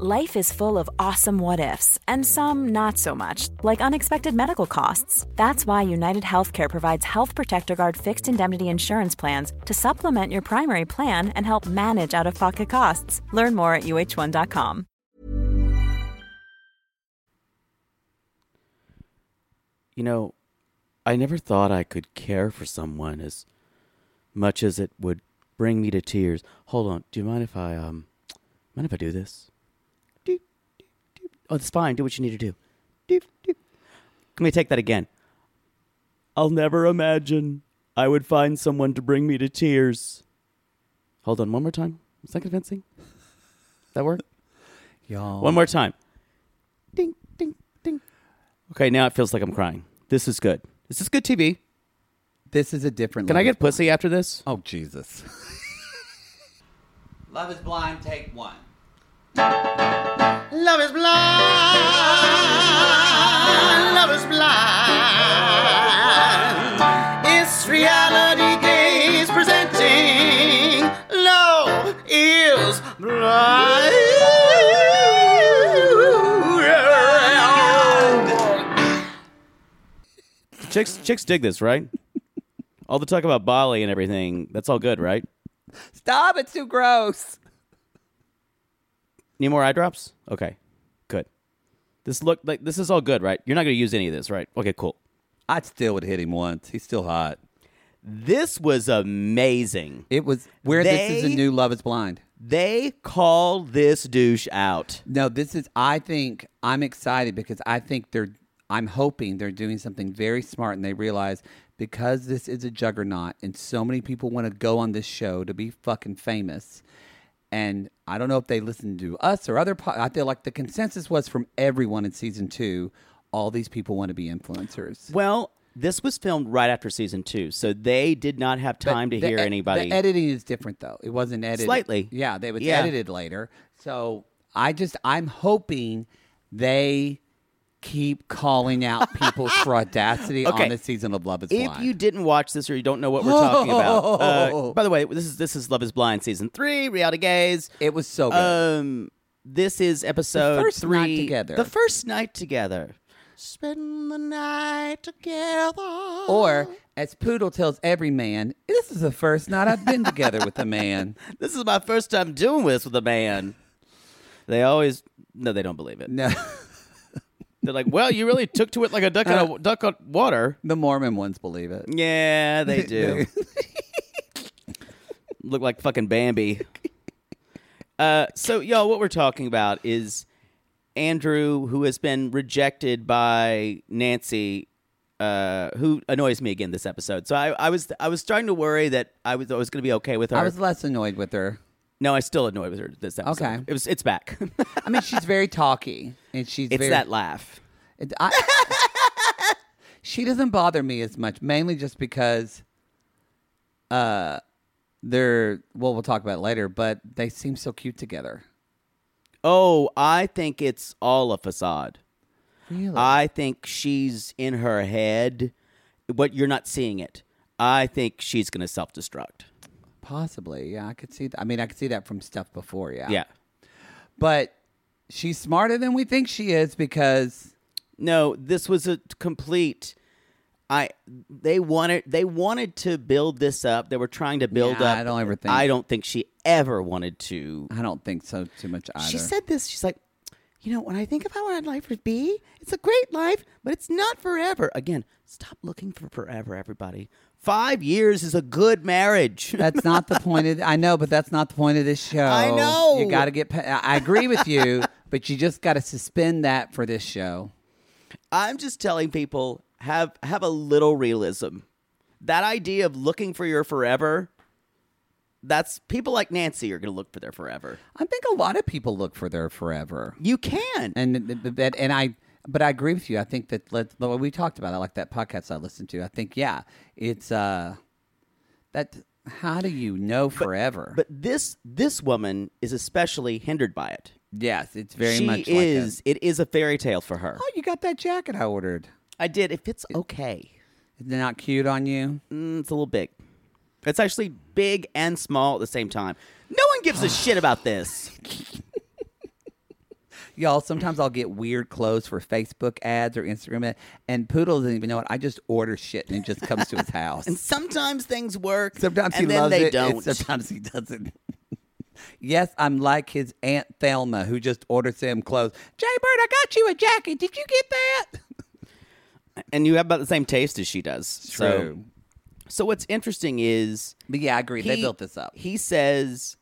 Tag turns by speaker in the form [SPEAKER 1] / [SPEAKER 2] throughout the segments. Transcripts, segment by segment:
[SPEAKER 1] Life is full of awesome what ifs and some not so much, like unexpected medical costs. That's why United Healthcare provides Health Protector Guard fixed indemnity insurance plans to supplement your primary plan and help manage out of pocket costs. Learn more at uh1.com.
[SPEAKER 2] You know, I never thought I could care for someone as much as it would bring me to tears. Hold on, do you mind if I um mind if I do this? Doop, doop, doop. Oh, it's fine. Do what you need to do. Doop, doop. Can we take that again? I'll never imagine I would find someone to bring me to tears. Hold on, one more time. Is that convincing? That work?
[SPEAKER 3] Y'all.
[SPEAKER 2] One more time. Ding, ding, ding. Okay, now it feels like I'm crying. This is good. This is good TV.
[SPEAKER 3] This is a different.
[SPEAKER 2] Can I
[SPEAKER 3] level.
[SPEAKER 2] get pussy after this?
[SPEAKER 3] Oh Jesus.
[SPEAKER 4] Love is blind, take one.
[SPEAKER 5] Love is blind. Love is blind. It's reality gaze presenting. Love is blind.
[SPEAKER 2] Chicks, chicks dig this, right? all the talk about Bali and everything. That's all good, right?
[SPEAKER 3] Stop! It's too gross.
[SPEAKER 2] Need more eye drops? Okay, good. This look like this is all good, right? You're not going to use any of this, right? Okay, cool.
[SPEAKER 3] I still would hit him once. He's still hot.
[SPEAKER 2] This was amazing.
[SPEAKER 3] It was where this is
[SPEAKER 2] They-
[SPEAKER 3] a new Love Is Blind.
[SPEAKER 2] They called this douche out.
[SPEAKER 3] No, this is. I think I'm excited because I think they're. I'm hoping they're doing something very smart, and they realize because this is a juggernaut, and so many people want to go on this show to be fucking famous. And I don't know if they listened to us or other. Po- I feel like the consensus was from everyone in season two, all these people want to be influencers.
[SPEAKER 2] Well, this was filmed right after season two, so they did not have
[SPEAKER 3] But
[SPEAKER 2] time to
[SPEAKER 3] the
[SPEAKER 2] hear
[SPEAKER 3] e-
[SPEAKER 2] anybody.
[SPEAKER 3] The editing is different though. It wasn't edited
[SPEAKER 2] Slightly.
[SPEAKER 3] Yeah, they was
[SPEAKER 2] Yeah.
[SPEAKER 3] edited later. So I just I'm hoping they keep calling out people's audacity
[SPEAKER 2] Okay.
[SPEAKER 3] on the season of Love Is
[SPEAKER 2] if
[SPEAKER 3] Blind.
[SPEAKER 2] you didn't watch this or you don't know what we're talking about, uh, by the way, this is this is Love Is Blind season three, reality gays.
[SPEAKER 3] it was so good.
[SPEAKER 2] Um, this is episode
[SPEAKER 3] first
[SPEAKER 2] three.
[SPEAKER 3] night together.
[SPEAKER 2] The first night together. Spend the night together.
[SPEAKER 3] or as Poodle tells every man, this is the first night I've been together with a man.
[SPEAKER 2] this is my first time doing this with a man. They always no, they don't believe it.
[SPEAKER 3] No,
[SPEAKER 2] They're like, well, you really took to it like a duck out
[SPEAKER 3] Uh-huh.
[SPEAKER 2] of duck out water.
[SPEAKER 3] the Mormon ones believe it.
[SPEAKER 2] Yeah, they do. Look like fucking Bambi. Uh, so, y'all, what we're talking about is Andrew, who has been rejected by Nancy, uh, who annoys me again this episode. So I, I was I was starting to worry that I was I was going to be okay with her.
[SPEAKER 3] I was less annoyed with her.
[SPEAKER 2] no, I still annoyed with her this episode.
[SPEAKER 3] Okay.
[SPEAKER 2] it was it's back.
[SPEAKER 3] I mean, she's very talky, and she's
[SPEAKER 2] it's
[SPEAKER 3] very,
[SPEAKER 2] that laugh.
[SPEAKER 3] It- I, she doesn't bother me as much, mainly just because, uh, they're well, we'll talk about it later, but they seem so cute together.
[SPEAKER 2] Oh, I think it's all a facade. I think she's in her head, but you're not seeing it. I think she's going to self destruct.
[SPEAKER 3] Possibly, yeah, I could see that. I mean, I could see that from stuff before, yeah,
[SPEAKER 2] Yeah.
[SPEAKER 3] But she's smarter than we think she is because
[SPEAKER 2] No, this was a complete. I they wanted they wanted to build this up. They were trying to build
[SPEAKER 3] Yeah,
[SPEAKER 2] up.
[SPEAKER 3] I don't ever think-
[SPEAKER 2] I don't think she ever wanted to.
[SPEAKER 3] I don't think so too much either.
[SPEAKER 2] She said this. She's like, you know, when I think about what life would be, it's a great life, but it's not forever. Again, stop looking for forever, everybody. Five years is a good marriage.
[SPEAKER 3] That's not the point of. I know, but that's not the point of this show.
[SPEAKER 2] I know.
[SPEAKER 3] You got to get. Pa- I I agree with you, but you just got to suspend that for this show.
[SPEAKER 2] I'm just telling people have have a little realism. That idea of looking for your forever, That's people like Nancy are going to look for there forever.
[SPEAKER 3] I think a lot of people look for their forever.
[SPEAKER 2] You can.
[SPEAKER 3] And th- th- that, and I, but I agree with you. I think that let, well, we talked about it, like that podcast I listened to. I think, yeah, it's uh, that. How do you know forever?
[SPEAKER 2] but this this woman is especially hindered by it.
[SPEAKER 3] yes, it's very
[SPEAKER 2] she
[SPEAKER 3] much.
[SPEAKER 2] is.
[SPEAKER 3] Like
[SPEAKER 2] it is a fairy tale for her.
[SPEAKER 3] a, oh, you got that jacket I ordered.
[SPEAKER 2] I did. If it's okay,
[SPEAKER 3] Isn't it not cute on you?
[SPEAKER 2] Mm, it's a little big. It's actually big and small at the same time. No one gives a shit about this.
[SPEAKER 3] Y'all, sometimes I'll get weird clothes for Facebook ads or Instagram ad, and Poodle doesn't even know it. I just order shit and it just comes to his house.
[SPEAKER 2] And sometimes things work.
[SPEAKER 3] Sometimes
[SPEAKER 2] and
[SPEAKER 3] he
[SPEAKER 2] then
[SPEAKER 3] loves
[SPEAKER 2] they
[SPEAKER 3] it, and
[SPEAKER 2] don't.
[SPEAKER 3] sometimes he doesn't. yes, I'm like his aunt Thelma, who just orders him clothes. Jay Bird, I got you a jacket. Did you get that?
[SPEAKER 2] and you have about the same taste as she does. So, so what's interesting is
[SPEAKER 3] but yeah, I agree. they
[SPEAKER 2] he-
[SPEAKER 3] built this up.
[SPEAKER 2] He says,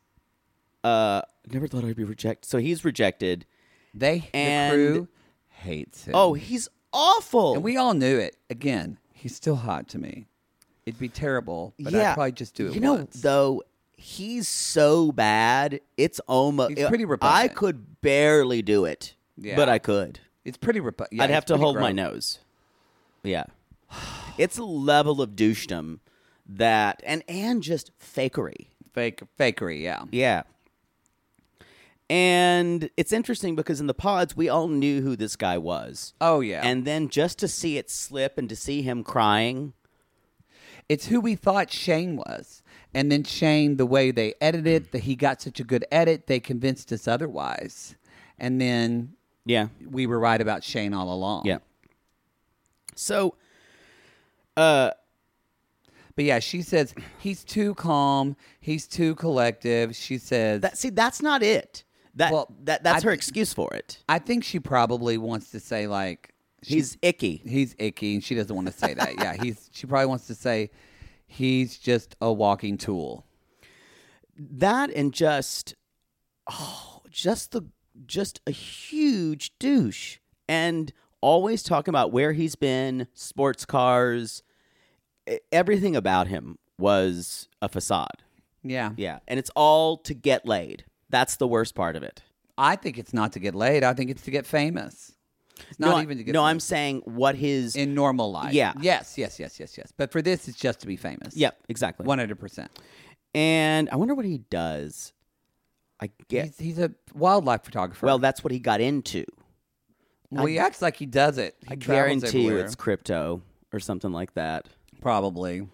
[SPEAKER 2] "Uh, never thought I'd be rejected." So he's rejected.
[SPEAKER 3] They
[SPEAKER 2] and-
[SPEAKER 3] the crew hates him.
[SPEAKER 2] Oh, he's awful.
[SPEAKER 3] and we all knew it. Again, he's still hot to me. It'd be terrible, but I'd probably just do it.
[SPEAKER 2] You know,
[SPEAKER 3] once.
[SPEAKER 2] though, he's so bad. It's almost.
[SPEAKER 3] He's pretty
[SPEAKER 2] I
[SPEAKER 3] repugnant.
[SPEAKER 2] could barely do it,
[SPEAKER 3] Yeah.
[SPEAKER 2] but I could.
[SPEAKER 3] it's pretty. Repu- yeah,
[SPEAKER 2] I'd have
[SPEAKER 3] it's
[SPEAKER 2] to
[SPEAKER 3] pretty
[SPEAKER 2] hold my
[SPEAKER 3] gross.
[SPEAKER 2] nose. Yeah, it's a level of douchedom that, and and just fakery.
[SPEAKER 3] Fake fakery. Yeah.
[SPEAKER 2] Yeah. And it's interesting because in the pods, we all knew who this guy was.
[SPEAKER 3] Oh yeah.
[SPEAKER 2] And then just to see it slip and to see him crying,
[SPEAKER 3] It's who we thought Shane was. And then Shane, the way they edited, that he got such a good edit, they convinced us otherwise. And then
[SPEAKER 2] yeah,
[SPEAKER 3] we were right about Shane all along.
[SPEAKER 2] yeah. So uh,
[SPEAKER 3] But yeah, she says he's too calm, he's too collective. She says
[SPEAKER 2] that see, that's not it. That
[SPEAKER 3] Well,
[SPEAKER 2] that that's
[SPEAKER 3] I-
[SPEAKER 2] her excuse for it.
[SPEAKER 3] I think she probably wants to say like she's
[SPEAKER 2] He's icky.
[SPEAKER 3] he's icky and she doesn't want to say that. yeah, he's she probably wants to say he's just a walking tool.
[SPEAKER 2] That and just oh, just the just a huge douche and always talking about where he's been, sports cars, e- everything about him was a facade.
[SPEAKER 3] Yeah.
[SPEAKER 2] Yeah, and it's all to get laid. That's the worst part of it.
[SPEAKER 3] I think it's not to get laid. I think it's to get famous. It's not
[SPEAKER 2] no, I-
[SPEAKER 3] even to get
[SPEAKER 2] no.
[SPEAKER 3] famous.
[SPEAKER 2] I'm saying what his.
[SPEAKER 3] in normal life.
[SPEAKER 2] Yeah.
[SPEAKER 3] Yes, yes, yes, yes, yes. But for this, it's just to be famous.
[SPEAKER 2] yep, exactly.
[SPEAKER 3] 100%.
[SPEAKER 2] and I wonder what he does. I guess.
[SPEAKER 3] He's, he's a wildlife photographer.
[SPEAKER 2] Well, that's what he got into.
[SPEAKER 3] well he acts like he does it. He
[SPEAKER 2] I
[SPEAKER 3] travels
[SPEAKER 2] guarantee you,
[SPEAKER 3] everywhere,
[SPEAKER 2] it's crypto or something like that.
[SPEAKER 3] Probably.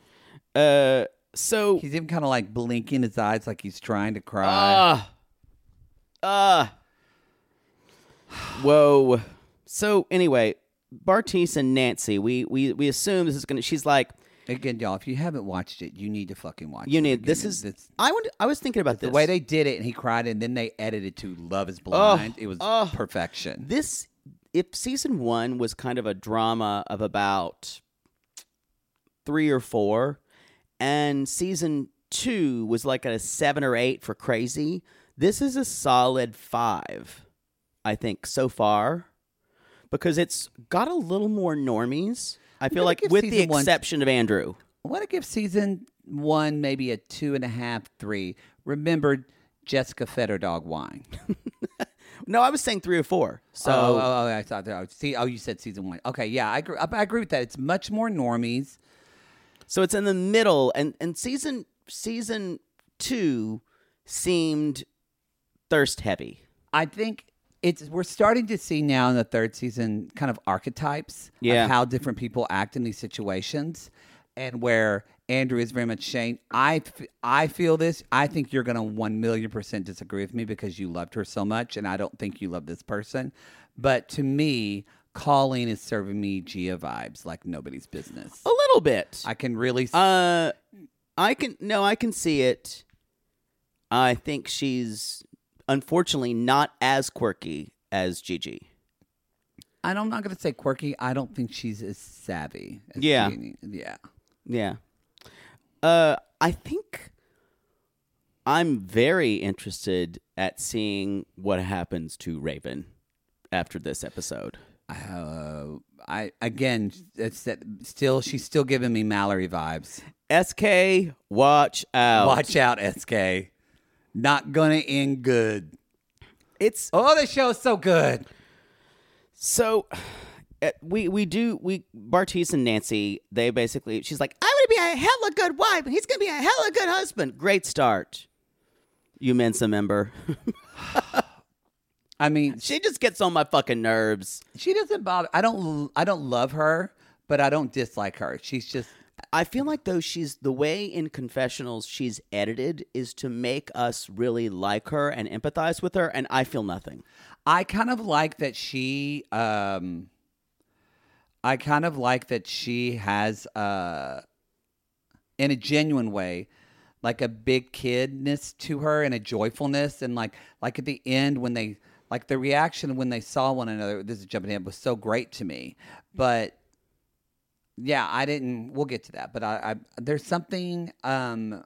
[SPEAKER 2] Uh, so
[SPEAKER 3] He's even kind of like blinking his eyes like he's trying to cry.
[SPEAKER 2] ah ah. Whoa. So anyway, Bartice and Nancy, we we we assume this is gonna. She's like,
[SPEAKER 3] Again, y'all, if you haven't watched it, you need to fucking watch it.
[SPEAKER 2] you need
[SPEAKER 3] Again,
[SPEAKER 2] this is.
[SPEAKER 3] it's-
[SPEAKER 2] I would. I was thinking about
[SPEAKER 3] the
[SPEAKER 2] this
[SPEAKER 3] way they did it and he cried and then they edited to Love is Blind. it was perfection.
[SPEAKER 2] this if season one was kind of a drama of about three or four and season two was like a seven or eight for crazy this is a solid five i think so far because it's got a little more normies i feel
[SPEAKER 3] gonna
[SPEAKER 2] like
[SPEAKER 3] give
[SPEAKER 2] with the
[SPEAKER 3] season one-
[SPEAKER 2] exception of andrew
[SPEAKER 3] I want to give season one maybe a two and a half, three. Remember Jessica Fetterdog wine.
[SPEAKER 2] no i was saying three or four so
[SPEAKER 3] oh, oh, oh, I thought that. Oh, see, oh, you said season one. Okay, yeah, I agree. I, I agree with that. It's much more normies.
[SPEAKER 2] So it's in the middle, and and season season two seemed thirst heavy.
[SPEAKER 3] I think it's we're starting to see now in the third season kind of archetypes
[SPEAKER 2] Yeah.
[SPEAKER 3] of how different people act in these situations, and where Andrew is very much Shane. I f- I feel this. I think you're going to one million percent disagree with me because you loved her so much, and I don't think you love this person. But to me, Colleen is serving me Gia vibes like nobody's business.
[SPEAKER 2] A little bit.
[SPEAKER 3] I can really. s-
[SPEAKER 2] uh, I can no, I can see it. I think she's unfortunately not as quirky as Gigi.
[SPEAKER 3] And I'm not going to say quirky. I don't think she's as savvy. As
[SPEAKER 2] Yeah.
[SPEAKER 3] Jeannie. Yeah.
[SPEAKER 2] Yeah. Uh, I think I'm very interested at seeing what happens to Raven after this episode.
[SPEAKER 3] Uh, I again, it's that still she's still giving me Mallory vibes.
[SPEAKER 2] SK, watch out.
[SPEAKER 3] Watch out, SK. Not gonna end good.
[SPEAKER 2] It's
[SPEAKER 3] Oh, this show is so good.
[SPEAKER 2] So uh, we we do we Bartiz and Nancy they basically she's like I'm gonna be a hella good wife and he's gonna be a hella good husband. Great start, you Mensa member.
[SPEAKER 3] I mean,
[SPEAKER 2] she just gets on my fucking nerves.
[SPEAKER 3] she doesn't bother. I don't. l- I don't love her, but I don't dislike her. She's just.
[SPEAKER 2] I feel like though she's the way in confessionals she's edited is to make us really like her and empathize with her, and I feel nothing.
[SPEAKER 3] I kind of like that she. Um, I kind of like that she has, uh, in a genuine way, like a big kidness to her and a joyfulness and like like at the end when they like the reaction when they saw one another. This is jumping in was so great to me, but yeah, I didn't. We'll get to that, but I, I there's something. Um,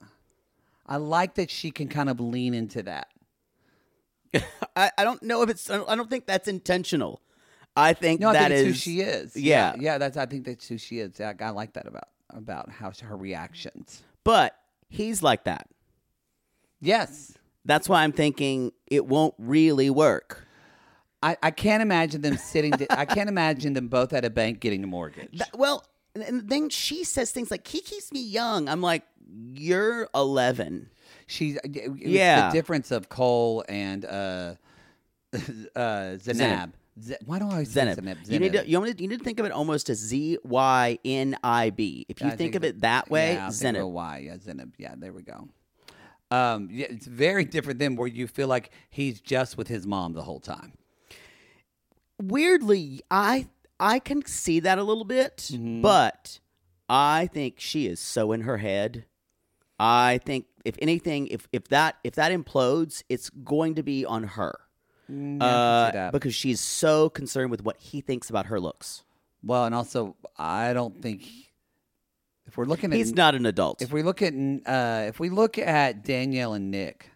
[SPEAKER 3] I like that she can kind of lean into that.
[SPEAKER 2] I, I don't know if it's I don't- I don't think that's intentional. I think
[SPEAKER 3] No, I
[SPEAKER 2] that
[SPEAKER 3] think it's
[SPEAKER 2] is-
[SPEAKER 3] who she is.
[SPEAKER 2] Yeah.
[SPEAKER 3] yeah, That's I think that's who she is. I, I like that about about how she- her reactions.
[SPEAKER 2] but he's like that.
[SPEAKER 3] Yes,
[SPEAKER 2] That's why I'm thinking it won't really work.
[SPEAKER 3] I, I can't imagine them sitting. I can't imagine them both at a bank getting a mortgage.
[SPEAKER 2] That- well, and- and then she says things like, he keeps me young. I'm like, you're 11.
[SPEAKER 3] She's it was
[SPEAKER 2] Yeah.
[SPEAKER 3] The difference of Cole and uh, uh, Zanab. Z- why do I always say
[SPEAKER 2] Zenib.
[SPEAKER 3] Zanab?
[SPEAKER 2] You, need
[SPEAKER 3] Zenab.
[SPEAKER 2] to, you, want to, you need to think of it almost as Z Y N I B. If you
[SPEAKER 3] I
[SPEAKER 2] think, of it that way,
[SPEAKER 3] yeah, I think of
[SPEAKER 2] Zenib.
[SPEAKER 3] a Y, yeah, Zenib. Yeah, there we go. Um, yeah, it's very different than where you feel like he's just with his mom the whole time.
[SPEAKER 2] Weirdly, I I can see that a little bit, but I think she is so in her head. I think if anything, if if that if that implodes, it's going to be on her.
[SPEAKER 3] I can see
[SPEAKER 2] Uh,
[SPEAKER 3] that.
[SPEAKER 2] because she's so concerned with what he thinks about her looks.
[SPEAKER 3] Well, and also I don't think if we're looking at
[SPEAKER 2] He's not an adult.
[SPEAKER 3] if we look at uh, if we look at Danielle and Nick,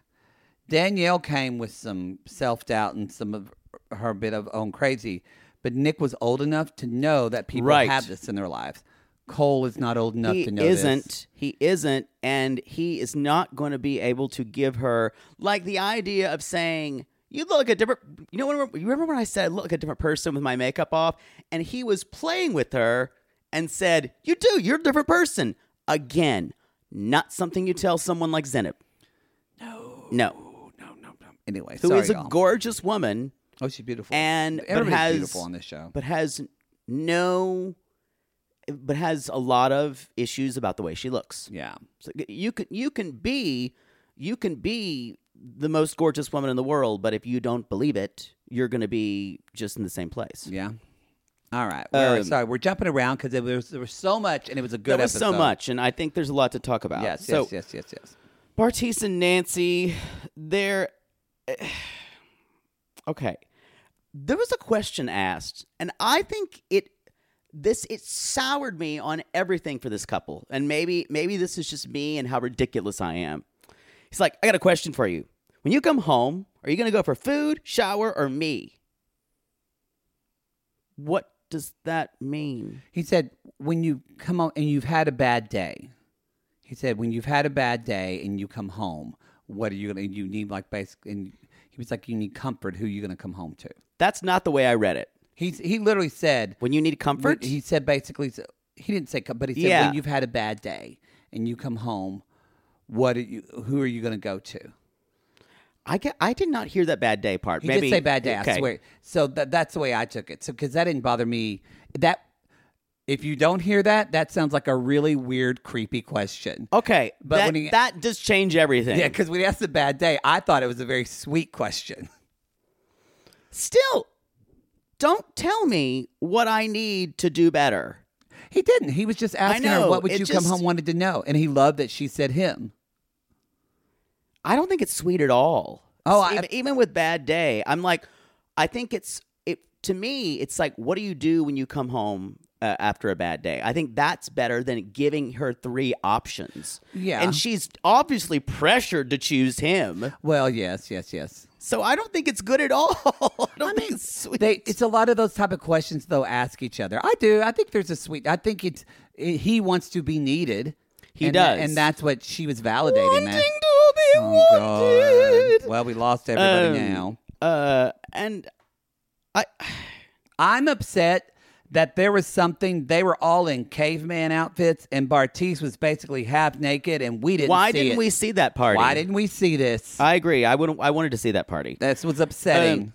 [SPEAKER 3] Danielle came with some self doubt and some of her bit of own crazy, but Nick was old enough to know that people
[SPEAKER 2] Right.
[SPEAKER 3] have this in their lives. Cole is not old enough
[SPEAKER 2] he
[SPEAKER 3] to know this.
[SPEAKER 2] isn't. He isn't, and he is not going to be able to give her like the idea of saying, "You look a different." You know, remember, you remember when I said, I "Look a different person with my makeup off," and he was playing with her and said, "You do. You're a different person." Again, not something you tell someone like Zenib. No, no,
[SPEAKER 3] Anyway,
[SPEAKER 2] who is
[SPEAKER 3] sorry,
[SPEAKER 2] a
[SPEAKER 3] y'all.
[SPEAKER 2] gorgeous woman
[SPEAKER 3] oh, she's beautiful
[SPEAKER 2] and but
[SPEAKER 3] Everybody's
[SPEAKER 2] has
[SPEAKER 3] beautiful on this show.
[SPEAKER 2] but has no, but has a lot of issues about the way she looks.
[SPEAKER 3] yeah,
[SPEAKER 2] So y- you can you can be you can be the most gorgeous woman in the world, but if you don't believe it, you're going to be just in the same place.
[SPEAKER 3] yeah. All right, we're,
[SPEAKER 2] Um,
[SPEAKER 3] sorry, we're jumping around because there was, there was so much, and it was a good.
[SPEAKER 2] There was so
[SPEAKER 3] episode.
[SPEAKER 2] much, and I think there's a lot to talk about.
[SPEAKER 3] Yes,
[SPEAKER 2] so
[SPEAKER 3] yes, yes, yes, yes.
[SPEAKER 2] Bartiz and Nancy, they're eh, okay. There was a question asked, and I think it this it soured me on everything for this couple. And maybe maybe this is just me and how ridiculous I am. He's like, I got a question for you. When you come home, are you gonna go for food, shower, or me? What does that mean?
[SPEAKER 3] He said, when you come home and you've had a bad day, he said, when you've had a bad day and you come home, what are you going to, you need like basically, and he was like, you need comfort. Who are you going to come home to?
[SPEAKER 2] That's not the way I read it.
[SPEAKER 3] He's, he literally said,
[SPEAKER 2] When you need comfort,
[SPEAKER 3] he said basically, he didn't say, com- but he said,
[SPEAKER 2] Yeah.
[SPEAKER 3] when you've had a bad day and you come home, what are you, who are you going to go to?
[SPEAKER 2] I get, I did not hear that bad day part.
[SPEAKER 3] He did
[SPEAKER 2] Maybe
[SPEAKER 3] say bad day, I
[SPEAKER 2] okay.
[SPEAKER 3] swear. So tha- that's the way I took it. So because that didn't bother me. That if you don't hear that, that sounds like a really weird, creepy question.
[SPEAKER 2] Okay,
[SPEAKER 3] But
[SPEAKER 2] but that,
[SPEAKER 3] when he-
[SPEAKER 2] that does change everything.
[SPEAKER 3] Yeah, because when he asked a bad day, I thought it was a very sweet question.
[SPEAKER 2] Still, don't tell me what I need to do better.
[SPEAKER 3] He didn't. He was just asking her
[SPEAKER 2] know,
[SPEAKER 3] what would
[SPEAKER 2] it
[SPEAKER 3] you come
[SPEAKER 2] just-
[SPEAKER 3] home wanted to know, and he loved that she said him.
[SPEAKER 2] I don't think it's sweet at all.
[SPEAKER 3] Oh,
[SPEAKER 2] S-
[SPEAKER 3] I-
[SPEAKER 2] even, even with bad day, I'm like, I think it's it to me. It's like, what do you do when you come home uh, after a bad day? I think that's better than giving her three options.
[SPEAKER 3] Yeah.
[SPEAKER 2] and she's obviously pressured to choose him,
[SPEAKER 3] Well, yes, yes, yes.
[SPEAKER 2] so I don't think it's good at all. I don't think it's sweet.
[SPEAKER 3] They, it's a lot of those type of questions they'll ask each other. I do. I think there's a sweet. I think it's he wants to be needed,
[SPEAKER 2] He
[SPEAKER 3] and
[SPEAKER 2] does.
[SPEAKER 3] and that's what she was validating.
[SPEAKER 2] wanting
[SPEAKER 3] that.
[SPEAKER 2] to be
[SPEAKER 3] Oh,
[SPEAKER 2] wanted.
[SPEAKER 3] God. Well, we lost everybody
[SPEAKER 2] Um,
[SPEAKER 3] now.
[SPEAKER 2] Uh, and I
[SPEAKER 3] I'm upset that there was something they were all in caveman outfits and Bartiz was basically half naked and we didn't
[SPEAKER 2] why
[SPEAKER 3] see
[SPEAKER 2] didn't
[SPEAKER 3] it.
[SPEAKER 2] we see that party?
[SPEAKER 3] Why didn't we see this?
[SPEAKER 2] I agree? I would. I wanted to see that party.
[SPEAKER 3] this was upsetting.
[SPEAKER 2] Um,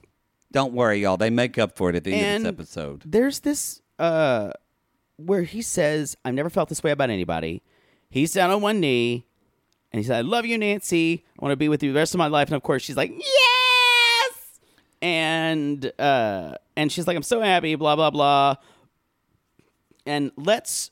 [SPEAKER 3] Don't worry, y'all. They make up for it at the end of
[SPEAKER 2] And
[SPEAKER 3] this episode.
[SPEAKER 2] There's this uh, where he says, "I've never felt this way about anybody." He's down on one knee, and he said, "I love you, Nancy. I want to be with you the rest of my life." And of course, she's like, "Yes!" And uh, and she's like, "I'm so happy." Blah blah blah. And let's,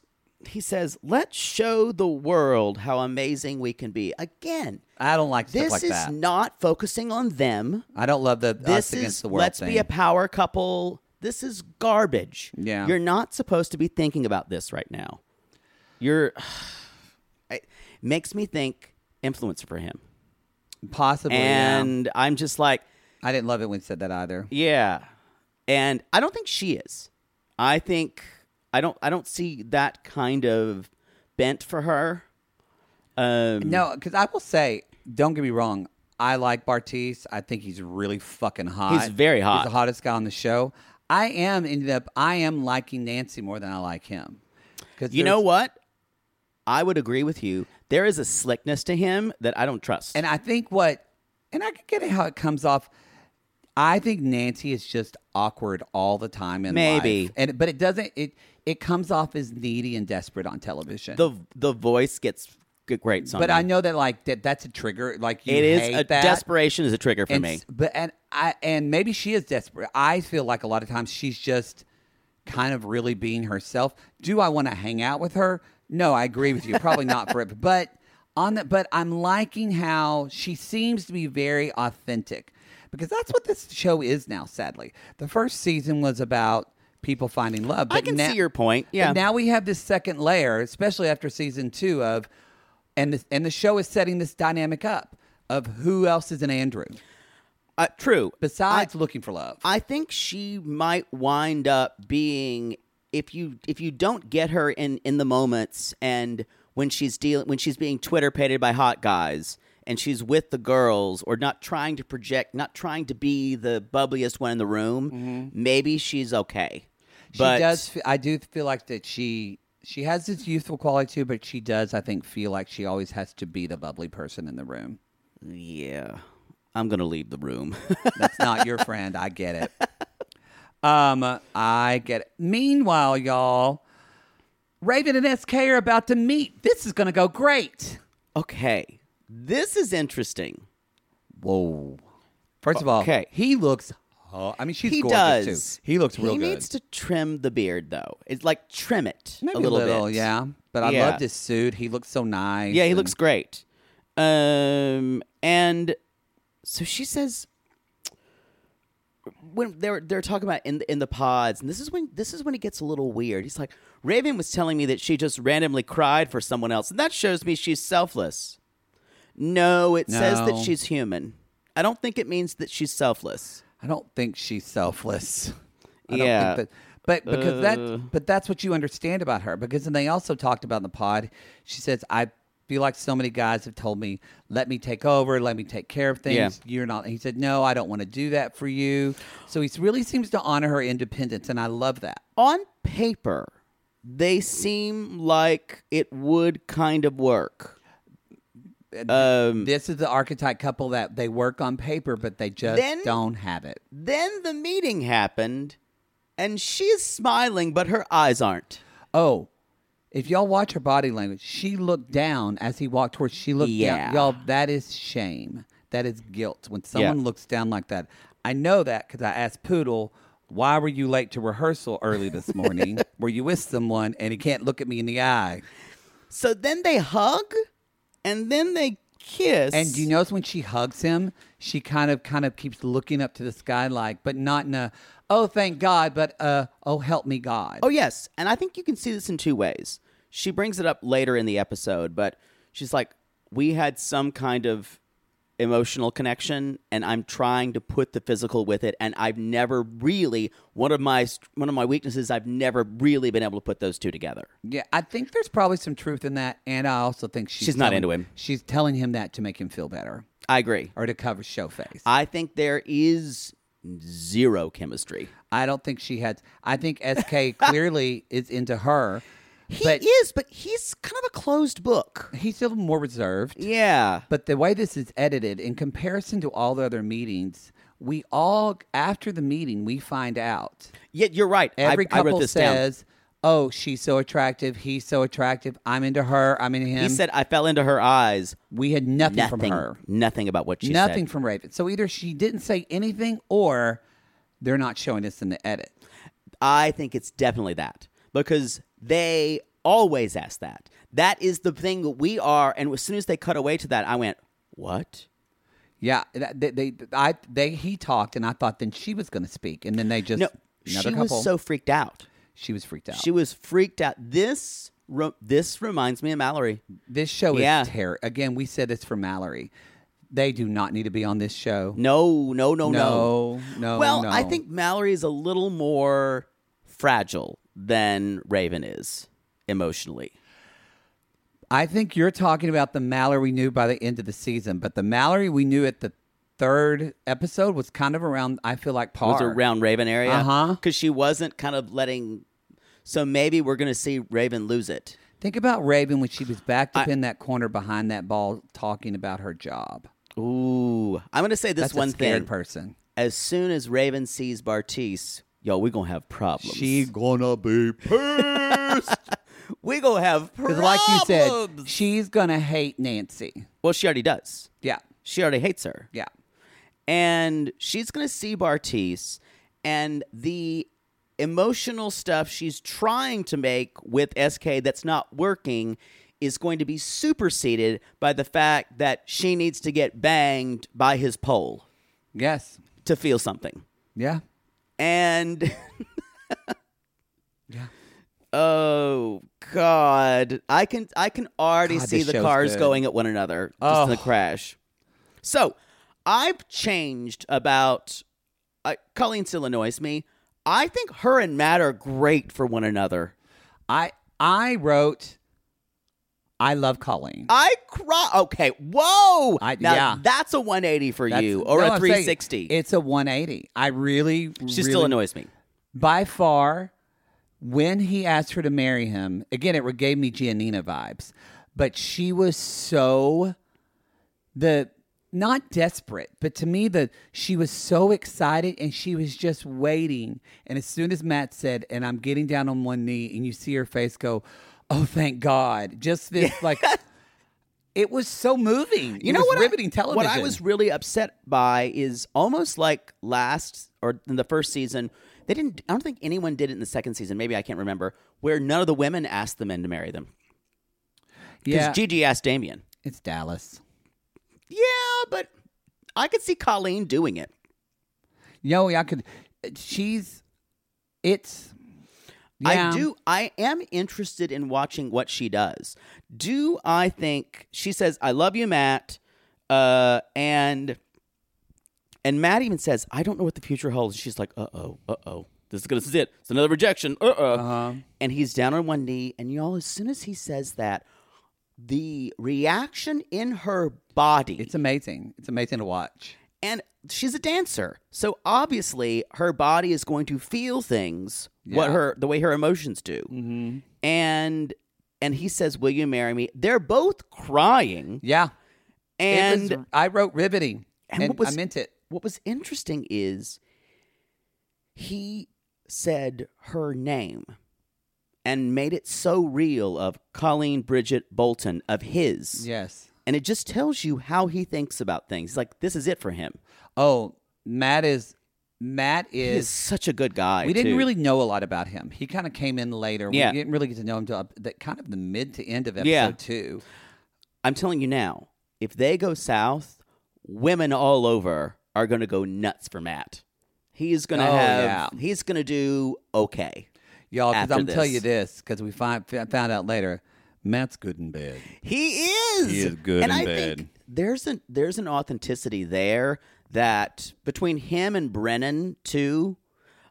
[SPEAKER 2] he says, let's show the world how amazing we can be. Again,
[SPEAKER 3] I don't like stuff
[SPEAKER 2] this
[SPEAKER 3] like
[SPEAKER 2] is
[SPEAKER 3] that.
[SPEAKER 2] not focusing on them.
[SPEAKER 3] I don't love the us
[SPEAKER 2] This
[SPEAKER 3] against
[SPEAKER 2] is
[SPEAKER 3] the world
[SPEAKER 2] let's
[SPEAKER 3] thing.
[SPEAKER 2] be a power couple. This is garbage.
[SPEAKER 3] Yeah.
[SPEAKER 2] you're not supposed to be thinking about this right now. You're it makes me think influencer for him,
[SPEAKER 3] Possibly. yeah.
[SPEAKER 2] and I'm just like,
[SPEAKER 3] I didn't love it when he said that either.
[SPEAKER 2] yeah, and I don't think she is. I think I don't. I don't see that kind of bent for her. Um,
[SPEAKER 3] No, because I will say, don't get me wrong. I like Bartiz. I think he's really fucking hot.
[SPEAKER 2] He's very hot.
[SPEAKER 3] He's the hottest guy on the show. I am ended up. I am liking Nancy more than I like him. Because
[SPEAKER 2] You know what? I would agree with you. There is a slickness to him that I don't trust.
[SPEAKER 3] And I think what, and I can get it how it comes off. I think Nancy is just awkward all the time in
[SPEAKER 2] Maybe.
[SPEAKER 3] life. and but it doesn't. It it comes off as needy and desperate on television.
[SPEAKER 2] the the voice gets g- great.
[SPEAKER 3] but I know that like that that's a trigger. Like you
[SPEAKER 2] it is
[SPEAKER 3] hate
[SPEAKER 2] a
[SPEAKER 3] that.
[SPEAKER 2] desperation is a trigger for
[SPEAKER 3] and,
[SPEAKER 2] me.
[SPEAKER 3] s- But and I and maybe she is desperate. I feel like a lot of times she's just kind of really being herself. Do I want to hang out with her? No, I agree with you. Probably not for it. But on the but I'm liking how she seems to be very authentic. Because that's what this show is now, sadly. The first season was about people finding love. But
[SPEAKER 2] I can
[SPEAKER 3] now-
[SPEAKER 2] see your point.
[SPEAKER 3] but
[SPEAKER 2] Yeah.
[SPEAKER 3] now we have this second layer, especially after season two of, and this, and the show is setting this dynamic up of who else is an Andrew
[SPEAKER 2] Uh, true.
[SPEAKER 3] besides looking for love.
[SPEAKER 2] I think she might wind up being if you if you don't get her in in the moments and when she's dealing when she's being Twitter pated by hot guys and she's with the girls or not trying to project not trying to be the bubbliest one in the room maybe she's okay
[SPEAKER 3] Mm-hmm. she
[SPEAKER 2] but
[SPEAKER 3] does. fe- I do feel like that she she has this youthful quality too, but she does. I think feel like she always has to be the bubbly person in the room.
[SPEAKER 2] yeah I'm gonna leave the room
[SPEAKER 3] That's not your friend. I get it. Um, I get it. Meanwhile, y'all, Raven and SK are about to meet. This is gonna go great.
[SPEAKER 2] okay this is interesting
[SPEAKER 3] Whoa. First of all,
[SPEAKER 2] Okay.
[SPEAKER 3] he looks. hot. I mean, she's
[SPEAKER 2] he
[SPEAKER 3] gorgeous
[SPEAKER 2] does
[SPEAKER 3] too. He looks real
[SPEAKER 2] he
[SPEAKER 3] good.
[SPEAKER 2] needs to trim the beard though it's like trim it
[SPEAKER 3] Maybe
[SPEAKER 2] a little, bit
[SPEAKER 3] yeah. But I
[SPEAKER 2] Yeah.
[SPEAKER 3] loved his suit. He looks so nice.
[SPEAKER 2] Yeah, he
[SPEAKER 3] and-
[SPEAKER 2] looks great. Um, and so she says when they're they're talking about in the, in the pods, and this is when this is when it gets a little weird. He's like, Raven was telling me that she just randomly cried for someone else, and that shows me she's selfless. No, it says that
[SPEAKER 3] No.
[SPEAKER 2] she's human. I don't think it means that she's selfless.
[SPEAKER 3] I don't think she's selfless. I
[SPEAKER 2] Yeah. Uh.
[SPEAKER 3] Don't think that, but because that, but that's what you understand about her. Because and they also talked about in the pod. She says, "I feel like so many guys have told me, let me take over, let me take care of things.
[SPEAKER 2] Yeah.
[SPEAKER 3] You're not." He said, "No, I don't want to do that for you." So he really seems to honor her independence, and I love that.
[SPEAKER 2] On paper, they seem like it would kind of work. Um,
[SPEAKER 3] This is the archetype couple that they work on paper, but they just
[SPEAKER 2] Then-
[SPEAKER 3] don't have it.
[SPEAKER 2] Then the meeting happened, and she's smiling, but her eyes aren't.
[SPEAKER 3] Oh, if y'all watch her body language, she looked down as he walked towards. She looked
[SPEAKER 2] Yeah.
[SPEAKER 3] down. Y'all, that is shame. That is guilt. When someone
[SPEAKER 2] Yeah.
[SPEAKER 3] looks down like that, I know that because I asked Poodle, "Why were you late to rehearsal early this morning? were you with someone?" And he can't look at me in the eye.
[SPEAKER 2] So then they hug, and then they kiss.
[SPEAKER 3] And do you notice when she hugs him, she kind of kind of keeps looking up to the sky, like, but not in a, "Oh, thank God," but uh, "Oh, help me, God."
[SPEAKER 2] Oh yes, and I think you can see this in two ways. She brings it up later in the episode, but she's like, "We had some kind of emotional connection and I'm trying to put the physical with it and I've never really one of my one of my weaknesses I've never really been able to put those two together.
[SPEAKER 3] Yeah, I think there's probably some truth in that, and I also think she's,
[SPEAKER 2] She's not
[SPEAKER 3] telling-
[SPEAKER 2] into him.
[SPEAKER 3] She's telling him that to make him feel better
[SPEAKER 2] I agree.
[SPEAKER 3] or to cover show face. I,
[SPEAKER 2] I think there is zero chemistry.
[SPEAKER 3] don't think she had. I think SK clearly is into her,
[SPEAKER 2] He
[SPEAKER 3] but
[SPEAKER 2] is, but he's kind of a closed book.
[SPEAKER 3] he's a little more reserved.
[SPEAKER 2] Yeah.
[SPEAKER 3] But the way this is edited, in comparison to all the other meetings, we all after the meeting we find out
[SPEAKER 2] Yeah, you're right. I-
[SPEAKER 3] every
[SPEAKER 2] I,
[SPEAKER 3] couple
[SPEAKER 2] wrote this
[SPEAKER 3] says, "Oh, she's so attractive. He's so attractive. I'm into her. I'm into him."
[SPEAKER 2] down. He said I fell into her eyes.
[SPEAKER 3] "We had nothing,
[SPEAKER 2] Nothing,
[SPEAKER 3] from her.
[SPEAKER 2] nothing about what she said.
[SPEAKER 3] nothing from Raven. So either she didn't say anything, or they're not showing us in the edit.
[SPEAKER 2] I think it's definitely that because they always ask that. That is the thing that we are. And as soon as they cut away to that, I went, "What?"
[SPEAKER 3] Yeah, that- they, they, I, they, he talked, and I thought then she was going to speak, and then they just
[SPEAKER 2] No,
[SPEAKER 3] another
[SPEAKER 2] she
[SPEAKER 3] couple.
[SPEAKER 2] was so freaked out.
[SPEAKER 3] she was freaked out.
[SPEAKER 2] She was freaked out. This re- this reminds me of Mallory.
[SPEAKER 3] this show
[SPEAKER 2] Yeah.
[SPEAKER 3] is terror. Again, we said this for Mallory. They do not need to be on this show.
[SPEAKER 2] No, no, no, no,
[SPEAKER 3] No, no,
[SPEAKER 2] Well,
[SPEAKER 3] no.
[SPEAKER 2] I think Mallory is a little more fragile than Raven is emotionally.
[SPEAKER 3] I think you're talking about the Mallory we knew by the end of the season, but the Mallory we knew at the third episode was kind of around. I feel like par.
[SPEAKER 2] was around Raven area,
[SPEAKER 3] Uh-huh.
[SPEAKER 2] Because she wasn't kind of letting. So maybe we're gonna see Raven lose it.
[SPEAKER 3] Think about Raven when she was backed up in that corner behind that ball, talking about her job.
[SPEAKER 2] Ooh, I'm gonna say this
[SPEAKER 3] That's
[SPEAKER 2] one
[SPEAKER 3] a scared
[SPEAKER 2] thing.
[SPEAKER 3] person.
[SPEAKER 2] As soon as Raven sees Bartice, yo, we gonna have problems.
[SPEAKER 3] She gonna be pissed.
[SPEAKER 2] we gonna have
[SPEAKER 3] Because
[SPEAKER 2] problems.
[SPEAKER 3] like you said, she's gonna hate Nancy.
[SPEAKER 2] well, she already does.
[SPEAKER 3] Yeah,
[SPEAKER 2] She already hates her,
[SPEAKER 3] yeah.
[SPEAKER 2] and she's gonna see Bartice, and the emotional stuff she's trying to make with SK that's not working is going to be superseded by the fact that she needs to get banged by his pole
[SPEAKER 3] Yes.
[SPEAKER 2] to feel something.
[SPEAKER 3] Yeah.
[SPEAKER 2] And
[SPEAKER 3] Yeah.
[SPEAKER 2] Oh God! I can I can already
[SPEAKER 3] God,
[SPEAKER 2] see
[SPEAKER 3] this
[SPEAKER 2] the
[SPEAKER 3] show's
[SPEAKER 2] cars
[SPEAKER 3] good. Oh.
[SPEAKER 2] going at one another just in the crash. So I've changed about uh, Colleen still annoys me. I think her and Matt are great for one another.
[SPEAKER 3] I I wrote. I love Colleen.
[SPEAKER 2] I cry. Okay, whoa!
[SPEAKER 3] I-
[SPEAKER 2] now
[SPEAKER 3] yeah.
[SPEAKER 2] that's a one eighty for
[SPEAKER 3] That's-
[SPEAKER 2] you, or
[SPEAKER 3] no,
[SPEAKER 2] a
[SPEAKER 3] I'm saying
[SPEAKER 2] three sixty.
[SPEAKER 3] It's a one eighty. I really.
[SPEAKER 2] She still
[SPEAKER 3] really-
[SPEAKER 2] annoys me.
[SPEAKER 3] by far when he asked her to marry him again it gave me giannina vibes but she was so the not desperate but to me the she was so excited and she was just waiting and as soon as matt said and i'm getting down on one knee and you see her face go oh thank god just this like it was so moving
[SPEAKER 2] You
[SPEAKER 3] It
[SPEAKER 2] know
[SPEAKER 3] was
[SPEAKER 2] what? I-
[SPEAKER 3] riveting television
[SPEAKER 2] What I was really upset by is almost like last or in the first season, they didn't. I don't think anyone did it in the second season. Maybe I can't remember where none of the women asked the men to marry them because
[SPEAKER 3] yeah
[SPEAKER 2] Gigi asked Damien.
[SPEAKER 3] it's dallas
[SPEAKER 2] Yeah, but I could see Colleen doing it.
[SPEAKER 3] Yo, I could. She's. It's. Yeah.
[SPEAKER 2] I do. I am interested in watching what she does. Do I think she says "I love you, Matt"? Uh, and and Matt even says, "I don't know what the future holds." She's like, "Uh oh, uh oh, this is gonna this is it. It's another rejection." Uh oh.
[SPEAKER 3] Uh-huh.
[SPEAKER 2] And he's down on one knee, and y'all. As soon as he says that, the reaction in her body.
[SPEAKER 3] It's amazing. It's amazing to watch.
[SPEAKER 2] and she's a dancer, so obviously her body is going to feel things what
[SPEAKER 3] Yeah.
[SPEAKER 2] her the way her emotions do. Mm-hmm. And and he says, "Will you marry me?" They're both crying.
[SPEAKER 3] Yeah.
[SPEAKER 2] And
[SPEAKER 3] it was, I wrote riveting,
[SPEAKER 2] And
[SPEAKER 3] and,
[SPEAKER 2] what was-
[SPEAKER 3] I meant it.
[SPEAKER 2] what was interesting is he said her name and made it so real of Colleen Bridget Bolton of his.
[SPEAKER 3] Yes.
[SPEAKER 2] And it just tells you how he thinks about things. He's like, this is it for him.
[SPEAKER 3] Oh, Matt is. Matt
[SPEAKER 2] He
[SPEAKER 3] is.
[SPEAKER 2] is such a good guy.
[SPEAKER 3] we didn't
[SPEAKER 2] too.
[SPEAKER 3] really know a lot about him. He kind of came in later.
[SPEAKER 2] Yeah.
[SPEAKER 3] We didn't really get to know him until that kind of the mid to end of episode
[SPEAKER 2] Yeah.
[SPEAKER 3] two.
[SPEAKER 2] I'm telling you now, if they go south, women all over are going to go nuts for Matt. He's going to
[SPEAKER 3] Oh,
[SPEAKER 2] have,
[SPEAKER 3] yeah.
[SPEAKER 2] he's going to do okay.
[SPEAKER 3] Y'all, because
[SPEAKER 2] After
[SPEAKER 3] I'm tell
[SPEAKER 2] this.
[SPEAKER 3] you this, because we find, found out later, Matt's good in bed.
[SPEAKER 2] He is.
[SPEAKER 3] He is good
[SPEAKER 2] And
[SPEAKER 3] in
[SPEAKER 2] I
[SPEAKER 3] bed.
[SPEAKER 2] think there's an there's an authenticity there that between him and Brennan too,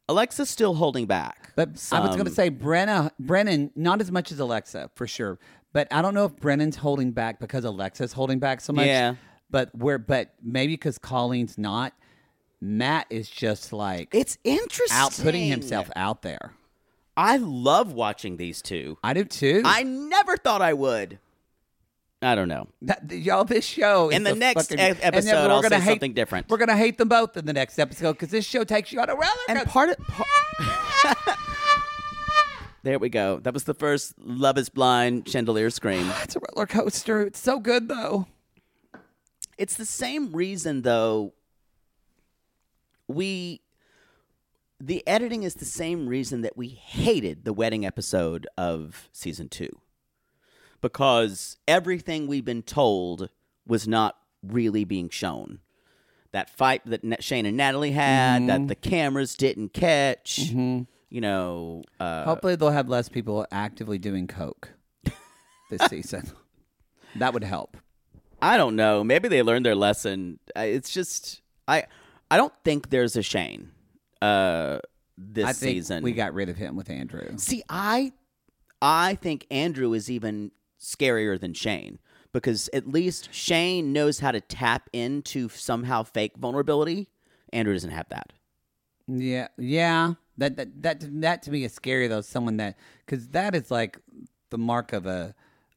[SPEAKER 2] Alexa's still holding back. Um,
[SPEAKER 3] But I was going to
[SPEAKER 2] some.
[SPEAKER 3] say Brenna, Brennan, not as much as Alexa for sure. But I don't know if Brennan's holding back because Alexa's holding back so much.
[SPEAKER 2] Yeah.
[SPEAKER 3] But where, but maybe because Colleen's not, Matt is just like
[SPEAKER 2] it's interesting.
[SPEAKER 3] out putting himself out there.
[SPEAKER 2] I love watching these two.
[SPEAKER 3] I do too.
[SPEAKER 2] I never thought I would. I don't know.
[SPEAKER 3] That- y'all, this show is
[SPEAKER 2] In the
[SPEAKER 3] a
[SPEAKER 2] next
[SPEAKER 3] fucking-
[SPEAKER 2] e-
[SPEAKER 3] and then
[SPEAKER 2] episode,
[SPEAKER 3] we're
[SPEAKER 2] I'll
[SPEAKER 3] gonna
[SPEAKER 2] say
[SPEAKER 3] hate,
[SPEAKER 2] something different.
[SPEAKER 3] We're gonna hate them both in the next episode because this show takes you on a roller
[SPEAKER 2] And
[SPEAKER 3] coaster.
[SPEAKER 2] part of. par- there we go. That was the first Love is Blind chandelier scream.
[SPEAKER 3] it's a roller coaster. It's so good though.
[SPEAKER 2] It's the same reason, though, we. The editing is the same reason that we hated the wedding episode of season two. Because everything we've been told was not really being shown. That fight that Na- Shane and Natalie had, that the cameras didn't catch, you know. Uh,
[SPEAKER 3] Hopefully, they'll have less people actively doing coke this season. That would help.
[SPEAKER 2] I don't know. Maybe they learned their lesson. I- It's just I I don't think there's a Shane uh this
[SPEAKER 3] I think
[SPEAKER 2] season.
[SPEAKER 3] we got rid of him with Andrew.
[SPEAKER 2] See, I I think Andrew is even scarier than Shane because at least Shane knows how to tap into somehow fake vulnerability. Andrew doesn't have that.
[SPEAKER 3] Yeah, yeah. That that that that to me is scary though. Someone that because that is like the mark of a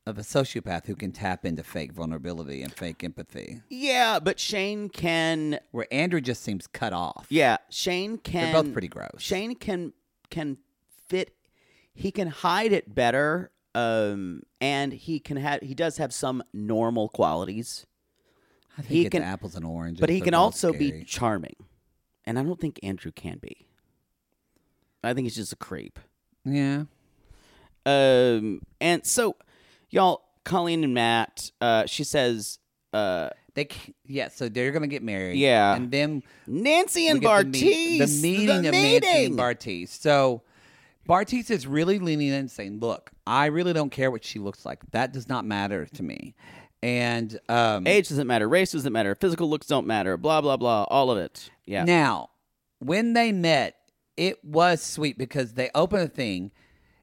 [SPEAKER 3] of a sociopath who can tap into fake vulnerability and fake empathy.
[SPEAKER 2] Yeah, but Shane can
[SPEAKER 3] Where Andrew just seems cut off.
[SPEAKER 2] Yeah, Shane can.
[SPEAKER 3] both pretty gross.
[SPEAKER 2] Shane can can fit. He can hide it better, um, and he can have. He does have some normal qualities,
[SPEAKER 3] I think
[SPEAKER 2] he
[SPEAKER 3] it's
[SPEAKER 2] can-
[SPEAKER 3] apples and oranges.
[SPEAKER 2] but he
[SPEAKER 3] They're
[SPEAKER 2] can
[SPEAKER 3] both
[SPEAKER 2] also be
[SPEAKER 3] scary.
[SPEAKER 2] charming. And I don't think Andrew can be. I think he's just a creep.
[SPEAKER 3] yeah.
[SPEAKER 2] Um, and so, y'all, Colleen and Matt. Uh, she says, uh,
[SPEAKER 3] They c- yeah. So they're gonna get married.
[SPEAKER 2] Yeah.
[SPEAKER 3] and then
[SPEAKER 2] Nancy and
[SPEAKER 3] We get the
[SPEAKER 2] Bartiz.
[SPEAKER 3] meet- The, meeting of Nancy
[SPEAKER 2] meeting!
[SPEAKER 3] and Bartiz. So Bartiz is really leaning in and saying, Look, I really don't care what she looks like. That does not matter to me. And um,
[SPEAKER 2] Age doesn't matter. Race doesn't matter. Physical looks don't matter. Blah blah blah. All of it. Yeah.
[SPEAKER 3] now, when they met, it was sweet because they open a thing,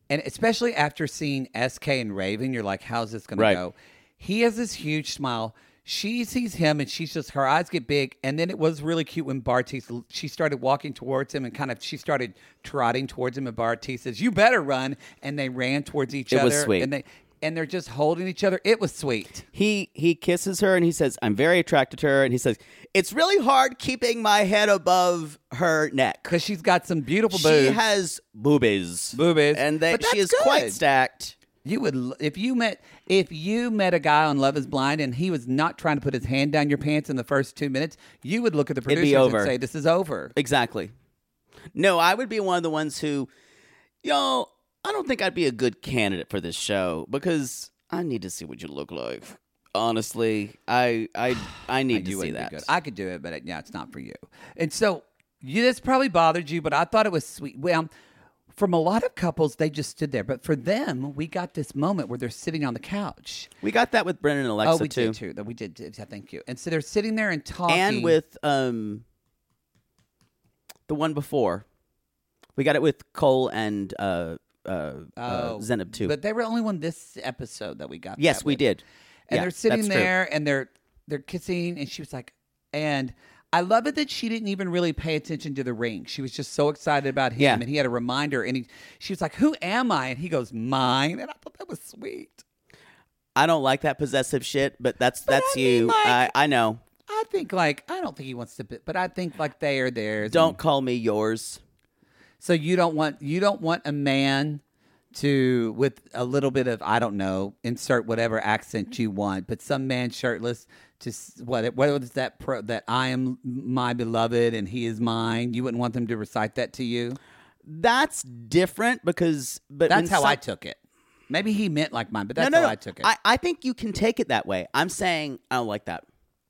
[SPEAKER 3] and especially after seeing SK and Raven, you're like, How's this going
[SPEAKER 2] Right.
[SPEAKER 3] to go? He has this huge smile. She sees him and she's just, her eyes get big. And then it was really cute when Bartiz, she started walking towards him and kind of, she started trotting towards him. And Bartiz says, You better run. And they ran towards each
[SPEAKER 2] It
[SPEAKER 3] other.
[SPEAKER 2] was sweet.
[SPEAKER 3] And, they, and they're just holding each other. It was sweet.
[SPEAKER 2] he he kisses her and he says i'm very attracted to her and he says it's really hard keeping my head above her neck
[SPEAKER 3] Because she's got some beautiful
[SPEAKER 2] she
[SPEAKER 3] boobs.
[SPEAKER 2] has boobies
[SPEAKER 3] Boobies.
[SPEAKER 2] and they,
[SPEAKER 3] But
[SPEAKER 2] she is
[SPEAKER 3] that's
[SPEAKER 2] quite
[SPEAKER 3] good.
[SPEAKER 2] stacked
[SPEAKER 3] You would l- if you met if you met a guy on Love Is Blind and he was not trying to put his hand down your pants in the first two minutes, you would look at the
[SPEAKER 2] be
[SPEAKER 3] producers
[SPEAKER 2] over.
[SPEAKER 3] and say, "This is over."
[SPEAKER 2] exactly no i would be one of the ones who yo i don't think i'd be a good candidate for this show because i need to see what you look like honestly i i i need
[SPEAKER 3] You
[SPEAKER 2] to see
[SPEAKER 3] wouldn't
[SPEAKER 2] that
[SPEAKER 3] be good. I could do it, but it, yeah, it's not for you. And so you, this probably bothered you, but I thought it was sweet. Well, from a lot of couples, they just stood there, but for them, we got this moment where they're sitting on the couch.
[SPEAKER 2] we got that with brennan and alexa
[SPEAKER 3] oh, we
[SPEAKER 2] too
[SPEAKER 3] did too. That we did. too. Yeah, Thank you. And so they're sitting there and talking.
[SPEAKER 2] and with um the one before we got it with cole and uh uh, uh
[SPEAKER 3] Oh,
[SPEAKER 2] zenab too
[SPEAKER 3] but they were the only one this episode that we got.
[SPEAKER 2] yes
[SPEAKER 3] that
[SPEAKER 2] we
[SPEAKER 3] with.
[SPEAKER 2] did
[SPEAKER 3] and
[SPEAKER 2] Yeah,
[SPEAKER 3] they're sitting
[SPEAKER 2] that's true.
[SPEAKER 3] there and they're they're kissing and she was like and i love it that she didn't even really pay attention to the ring she was just so excited about him
[SPEAKER 2] Yeah.
[SPEAKER 3] and he had a reminder and he, she was like who am i and he goes mine and i thought that was sweet
[SPEAKER 2] i don't like that possessive shit but that's that's
[SPEAKER 3] I mean,
[SPEAKER 2] you
[SPEAKER 3] like-
[SPEAKER 2] I, I know
[SPEAKER 3] i think like i don't think he wants to be- but i think like they are theirs
[SPEAKER 2] don't call me yours
[SPEAKER 3] so you don't want you don't want a man to with a little bit of I don't know insert whatever accent you want, but some man shirtless to s- what what was that pro, that I am my beloved and he is mine. You wouldn't want them to recite that to you.
[SPEAKER 2] that's different because but
[SPEAKER 3] That's
[SPEAKER 2] when
[SPEAKER 3] how
[SPEAKER 2] some-
[SPEAKER 3] I took it. Maybe he meant like mine, but that's
[SPEAKER 2] no, no,
[SPEAKER 3] how
[SPEAKER 2] no.
[SPEAKER 3] I took it.
[SPEAKER 2] I, I think you can take it that way i'm saying i don't like that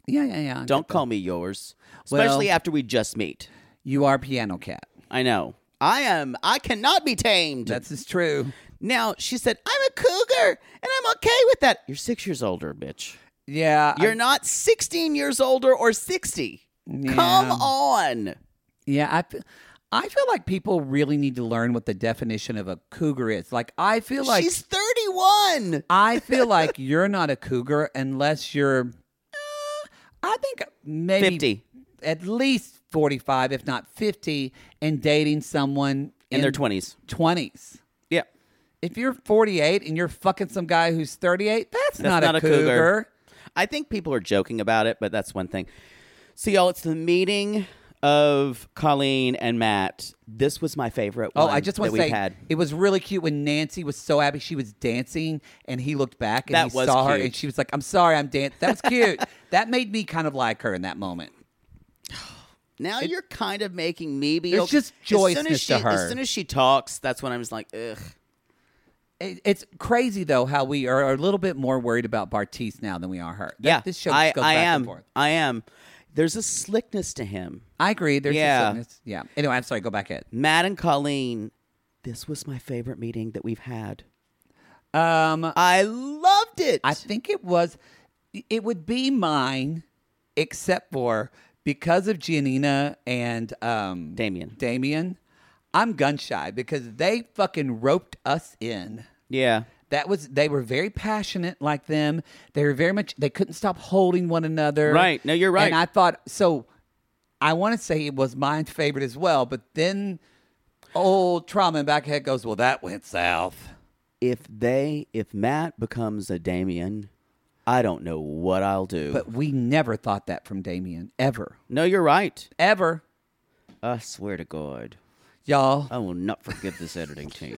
[SPEAKER 3] yeah, yeah, yeah. I
[SPEAKER 2] don't
[SPEAKER 3] get that.
[SPEAKER 2] call me yours
[SPEAKER 3] Well-
[SPEAKER 2] especially after we just meet
[SPEAKER 3] You are piano cat.
[SPEAKER 2] i know i am i cannot be tamed
[SPEAKER 3] That's is true.
[SPEAKER 2] Now she said, "I'm a cougar, and I'm okay with that." You're six years older, bitch.
[SPEAKER 3] Yeah. I-
[SPEAKER 6] You're not 16 years older or 60. Come
[SPEAKER 3] Yeah.
[SPEAKER 6] on.
[SPEAKER 3] Yeah, I, fe- I feel like people really need to learn what the definition of a cougar is. Like, I feel like
[SPEAKER 6] She's 31.
[SPEAKER 3] I feel like you're not a cougar unless you're. uh, I think maybe
[SPEAKER 6] 50.
[SPEAKER 3] at least forty-five, if not fifty, and dating someone
[SPEAKER 6] In their 20s.
[SPEAKER 3] Twenties.
[SPEAKER 6] Yeah.
[SPEAKER 3] If you're forty-eight and you're fucking some guy who's thirty-eight, that's, not, a, cougar.
[SPEAKER 6] I think people are joking about it, but that's one thing. So, y'all, it's the meeting of Colleen and Matt. This was my favorite
[SPEAKER 3] Oh,
[SPEAKER 6] one
[SPEAKER 3] I just want
[SPEAKER 6] that
[SPEAKER 3] to
[SPEAKER 6] we've
[SPEAKER 3] say
[SPEAKER 6] had.
[SPEAKER 3] it was really cute when Nancy was so happy she was dancing and he looked back and
[SPEAKER 6] That
[SPEAKER 3] he
[SPEAKER 6] was
[SPEAKER 3] saw her
[SPEAKER 6] cute.
[SPEAKER 3] and she was like, "I'm sorry, I'm dancing." That was cute. that made me kind of like her in that moment.
[SPEAKER 6] Now you're kind of making me be.
[SPEAKER 3] There's
[SPEAKER 6] okay.
[SPEAKER 3] just
[SPEAKER 6] As soon as
[SPEAKER 3] joyousness
[SPEAKER 6] she-
[SPEAKER 3] to her.
[SPEAKER 6] As soon as she talks, that's when I'm just like, ugh.
[SPEAKER 3] It, it's crazy though how we are a little bit more worried about Bartiz now than we are her. That-
[SPEAKER 6] yeah,
[SPEAKER 3] this show
[SPEAKER 6] I,
[SPEAKER 3] just goes
[SPEAKER 6] I
[SPEAKER 3] back
[SPEAKER 6] am.
[SPEAKER 3] and forth.
[SPEAKER 6] I am. There's a slickness to him.
[SPEAKER 3] I agree. There's
[SPEAKER 6] Yeah.
[SPEAKER 3] yeah, yeah. Anyway, I'm sorry. Go back in.
[SPEAKER 6] Matt and Colleen. This was my favorite meeting that we've had.
[SPEAKER 3] Um,
[SPEAKER 6] I loved it.
[SPEAKER 3] I think it was. It would be mine, except for because of Giannina and um,
[SPEAKER 6] Damien.
[SPEAKER 3] Damien, I'm gun shy because they fucking roped us in.
[SPEAKER 6] yeah.
[SPEAKER 3] That was they were very passionate like them. They were very much they couldn't stop holding one another.
[SPEAKER 6] Right. No, you're right.
[SPEAKER 3] And I thought so. I want to say it was my favorite as well, but then old trauma in back head goes, well, that went south.
[SPEAKER 6] If they, if Matt becomes a Damien, I don't know what I'll do.
[SPEAKER 3] But we never thought that from Damien ever,
[SPEAKER 6] no, you're right.
[SPEAKER 3] ever,
[SPEAKER 6] I swear to God,
[SPEAKER 3] y'all.
[SPEAKER 6] I will not forgive this editing team.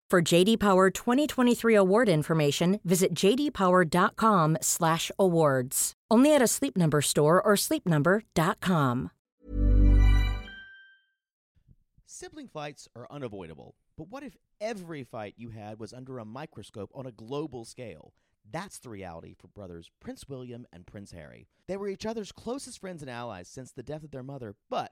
[SPEAKER 7] For JD Power 2023 award information, visit jdpower.com/awards. Only at a Sleep Number store or sleepnumber.com.
[SPEAKER 2] Sibling fights are unavoidable, but what if every fight you had was under a microscope on a global scale? That's the reality for brothers Prince William and Prince Harry. They were each other's closest friends and allies since the death of their mother, but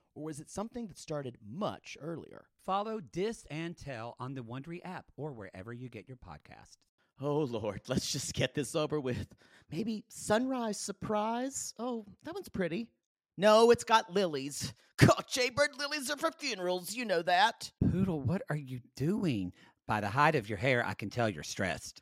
[SPEAKER 2] or was it something that started much earlier?
[SPEAKER 3] Follow Dis and Tell on the Wondery app or wherever you get your podcasts.
[SPEAKER 2] Oh Lord, let's just get this over with. Maybe sunrise surprise? Oh, that one's pretty. No, it's got lilies. God, Jaybird lilies are for funerals, you know that.
[SPEAKER 3] Poodle, what are you doing? By the height of your hair, I can tell you're stressed.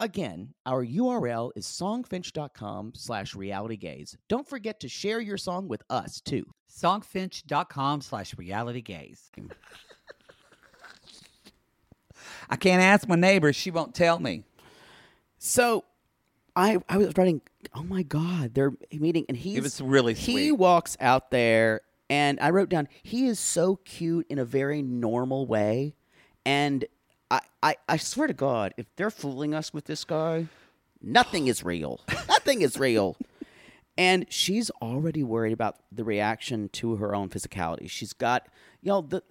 [SPEAKER 4] Again, our URL is songfinch.com slash realitygaze. Don't forget to share your song with us, too.
[SPEAKER 3] songfinch.com slash reality gaze. I can't ask my neighbor. She won't tell me.
[SPEAKER 2] So I I was writing, oh my God, they're meeting and he's
[SPEAKER 3] was really
[SPEAKER 2] He
[SPEAKER 3] sweet.
[SPEAKER 2] walks out there and I wrote down, he is so cute in a very normal way. And I, I, I swear to God, if they're fooling us with this guy, nothing is real. nothing is real. And she's already worried about the reaction to her own physicality. She's got, you know, the,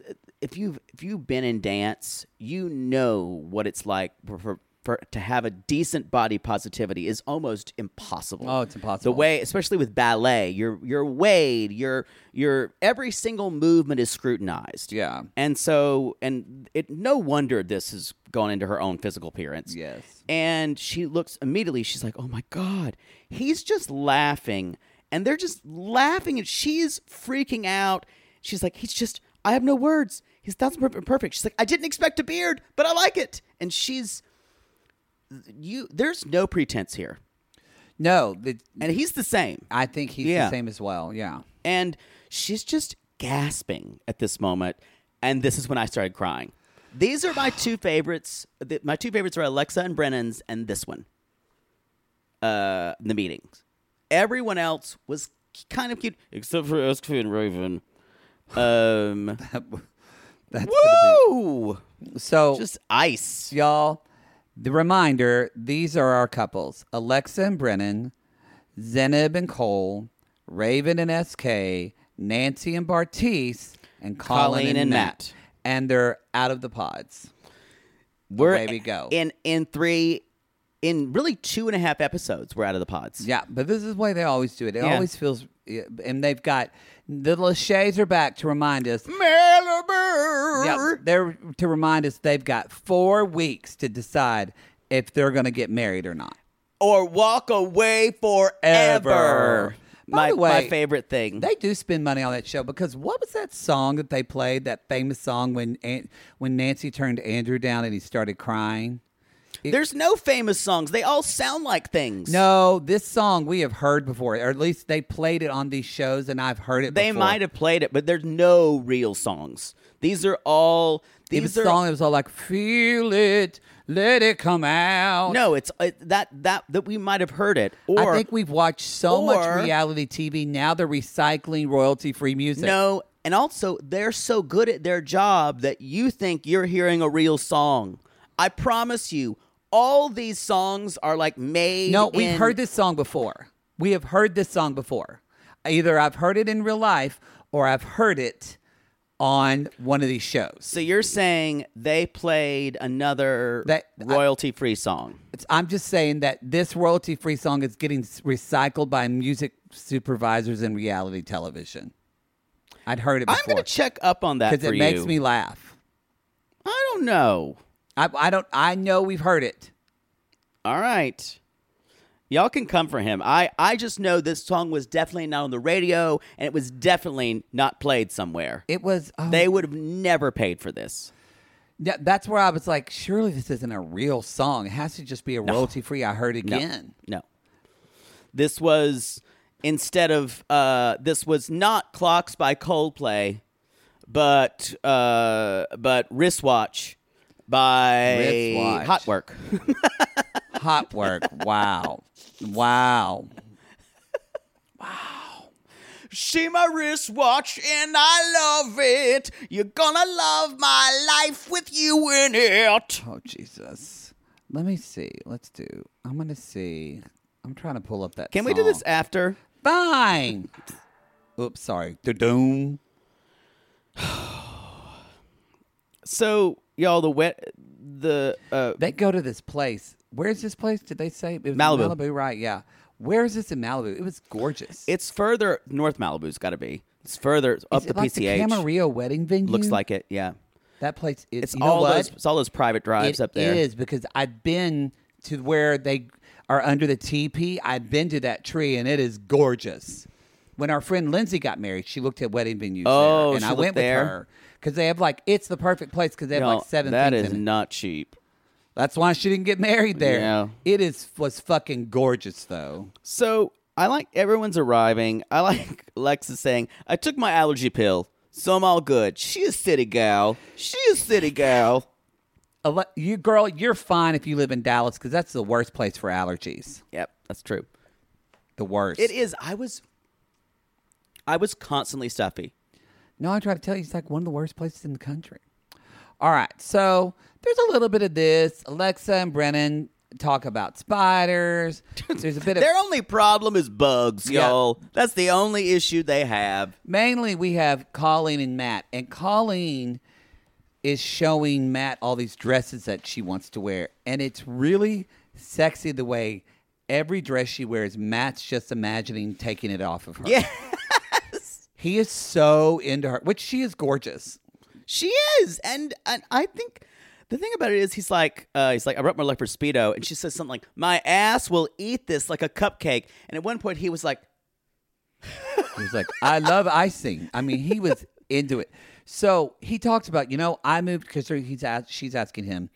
[SPEAKER 2] if you've if you've been in dance, you know what it's like for, for, for to have a decent body positivity is almost impossible.
[SPEAKER 3] Oh, it's impossible.
[SPEAKER 2] The way, especially with ballet, you're you're weighed, you're you're every single movement is scrutinized.
[SPEAKER 3] Yeah.
[SPEAKER 2] And so, and it no wonder this has gone into her own physical appearance.
[SPEAKER 3] Yes.
[SPEAKER 2] And she looks immediately, she's like, oh my God, he's just laughing. And they're just laughing, and she's freaking out. She's like, he's just, I have no words. He's thousand per- perfect. She's like, I didn't expect a beard, but I like it. And she's, you, there's no pretense here.
[SPEAKER 3] No, the,
[SPEAKER 2] And he's the same.
[SPEAKER 3] I think he's
[SPEAKER 2] Yeah.
[SPEAKER 3] the same as well. Yeah.
[SPEAKER 2] And she's just gasping at this moment. And this is when I started crying. These are my two favorites. The- My two favorites are Alexa and Brennan's, and this one, uh, the meetings. Everyone else was kind of cute, except for Eskew and Raven. Um,
[SPEAKER 3] That's
[SPEAKER 2] woo!
[SPEAKER 3] so
[SPEAKER 2] Just ice.
[SPEAKER 3] y'all, the reminder, these are our couples. Alexa and Brennan, Zenib and Cole, Raven and SK, Nancy and Bartice, and Colin,
[SPEAKER 2] Colleen
[SPEAKER 3] and,
[SPEAKER 2] and
[SPEAKER 3] Matt.
[SPEAKER 2] Matt.
[SPEAKER 3] And they're out of the pods.
[SPEAKER 2] We're
[SPEAKER 3] Away we go.
[SPEAKER 2] In in three, in really two and a half episodes, we're out of the pods.
[SPEAKER 3] Yeah, but this is the way they always do it. It
[SPEAKER 2] Yeah.
[SPEAKER 3] always feels, yeah, and they've got the Lachey's are back to remind us.
[SPEAKER 2] Malibu.
[SPEAKER 3] Yeah, they're to remind us they've got four weeks to decide if they're going to get married or not.
[SPEAKER 2] or walk away forever.
[SPEAKER 3] Ever. By
[SPEAKER 2] My,
[SPEAKER 3] the way,
[SPEAKER 2] my favorite thing.
[SPEAKER 3] They do spend money on that show because what was that song that they played? That famous song when An- when Nancy turned Andrew down and he started crying.
[SPEAKER 2] There's no famous songs. They all sound like things.
[SPEAKER 3] No, this song we have heard before, or at least they played it on these shows, and I've heard it.
[SPEAKER 2] They
[SPEAKER 3] before.
[SPEAKER 2] might have played it, but there's no real songs. These are all
[SPEAKER 3] It was
[SPEAKER 2] these
[SPEAKER 3] a
[SPEAKER 2] are
[SPEAKER 3] song that was all like, "Feel it, let it come out."
[SPEAKER 2] No, it's it, that that that we might have heard it or
[SPEAKER 3] I think we've watched so
[SPEAKER 2] or-
[SPEAKER 3] much reality TV. Now they're recycling royalty-free music.
[SPEAKER 2] no and also they're so good at their job that you think you're hearing a real song. I promise you all these songs are like made
[SPEAKER 3] no, we've
[SPEAKER 2] in-
[SPEAKER 3] heard this song before. We have heard this song before. Either I've heard it in real life or I've heard it on one of these shows.
[SPEAKER 2] So you're saying they played another
[SPEAKER 3] That- I-
[SPEAKER 2] royalty free song.
[SPEAKER 3] It's- I'm just saying that this royalty-free song is getting s- recycled by music supervisors in reality television. I'd heard it
[SPEAKER 2] I'm
[SPEAKER 3] before
[SPEAKER 2] gonna check up on that
[SPEAKER 3] because
[SPEAKER 2] for
[SPEAKER 3] it makes
[SPEAKER 2] you.
[SPEAKER 3] me laugh.
[SPEAKER 2] I don't know.
[SPEAKER 3] I, I don't. I know we've heard it.
[SPEAKER 2] All right. Y'all can come for him. I, I just know this song was definitely not on the radio and it was definitely not played somewhere.
[SPEAKER 3] It was. Oh,
[SPEAKER 2] They would have never paid for this.
[SPEAKER 3] Yeah, that's where I was like, surely this isn't a real song. It has to just be a royalty free. I heard again.
[SPEAKER 2] No. This was instead of uh this was not Clocks by Coldplay, but uh but Wristwatch by
[SPEAKER 3] Wristwatch.
[SPEAKER 2] Hot Work.
[SPEAKER 3] Hot work. Wow. wow.
[SPEAKER 2] She my wristwatch and I love it. You're gonna love my life with you in it.
[SPEAKER 3] Oh Jesus. Let me see. Let's do. I'm gonna see. I'm trying to pull up that.
[SPEAKER 2] Can we do this
[SPEAKER 3] song.
[SPEAKER 2] after?
[SPEAKER 3] Fine. Oops. Sorry. Da-doom.
[SPEAKER 2] So y'all the wet the uh
[SPEAKER 3] They go to this place. Where's this place? Did they say it was in
[SPEAKER 2] Malibu.
[SPEAKER 3] Malibu, right? Yeah. Where is this in Malibu? It was gorgeous.
[SPEAKER 2] it's further north Malibu's gotta be. It's further up
[SPEAKER 3] Is
[SPEAKER 2] the
[SPEAKER 3] it like
[SPEAKER 2] PCH.
[SPEAKER 3] The Camarillo wedding venue
[SPEAKER 2] Looks like it, yeah.
[SPEAKER 3] that place. Is,
[SPEAKER 2] It's
[SPEAKER 3] you know
[SPEAKER 2] all
[SPEAKER 3] what?
[SPEAKER 2] those it's all those private drives
[SPEAKER 3] It
[SPEAKER 2] up there.
[SPEAKER 3] is, because I've been to where they are under the teepee. I've been to that tree and it is gorgeous. When our friend Lindsay got married, she looked at wedding venues
[SPEAKER 2] Oh,
[SPEAKER 3] there, and
[SPEAKER 2] she
[SPEAKER 3] I
[SPEAKER 2] looked
[SPEAKER 3] went
[SPEAKER 2] there?
[SPEAKER 3] with her because they have like it's the perfect place because they have
[SPEAKER 2] Y'all,
[SPEAKER 3] like seven
[SPEAKER 2] that
[SPEAKER 3] things
[SPEAKER 2] is
[SPEAKER 3] in it.
[SPEAKER 2] not cheap.
[SPEAKER 3] That's why she didn't get married there.
[SPEAKER 2] Yeah.
[SPEAKER 3] It is was fucking gorgeous though.
[SPEAKER 2] So I like everyone's arriving. I like Lexa saying, I took my allergy pill, so I'm all good. She a city gal. She a city gal.
[SPEAKER 3] Ale- you girl, you're fine if you live in Dallas because that's the worst place for allergies.
[SPEAKER 2] Yep, that's true.
[SPEAKER 3] The worst.
[SPEAKER 2] It is. I was I was constantly stuffy.
[SPEAKER 3] No, I try to tell you, it's like one of the worst places in the country. All right, so there's a little bit of this. Alexa and Brennan talk about spiders. There's a bit of
[SPEAKER 2] Their only problem is bugs,
[SPEAKER 3] Yeah.
[SPEAKER 2] y'all. That's the only issue they have.
[SPEAKER 3] mainly we have Colleen and Matt, and Colleen is showing Matt all these dresses that she wants to wear, and it's really sexy the way every dress she wears. Matt's just imagining taking it off of her. Yes, he is so into her, which she is gorgeous.
[SPEAKER 2] She is, and and I think the thing about it is he's like uh, he's like I wrote my leopard speedo, and she says something like my ass will eat this like a cupcake. And at one point he was like,
[SPEAKER 3] He was like, I love icing. I mean, he was into it. So he talks about, you know, I moved because he's ask, she's asking him,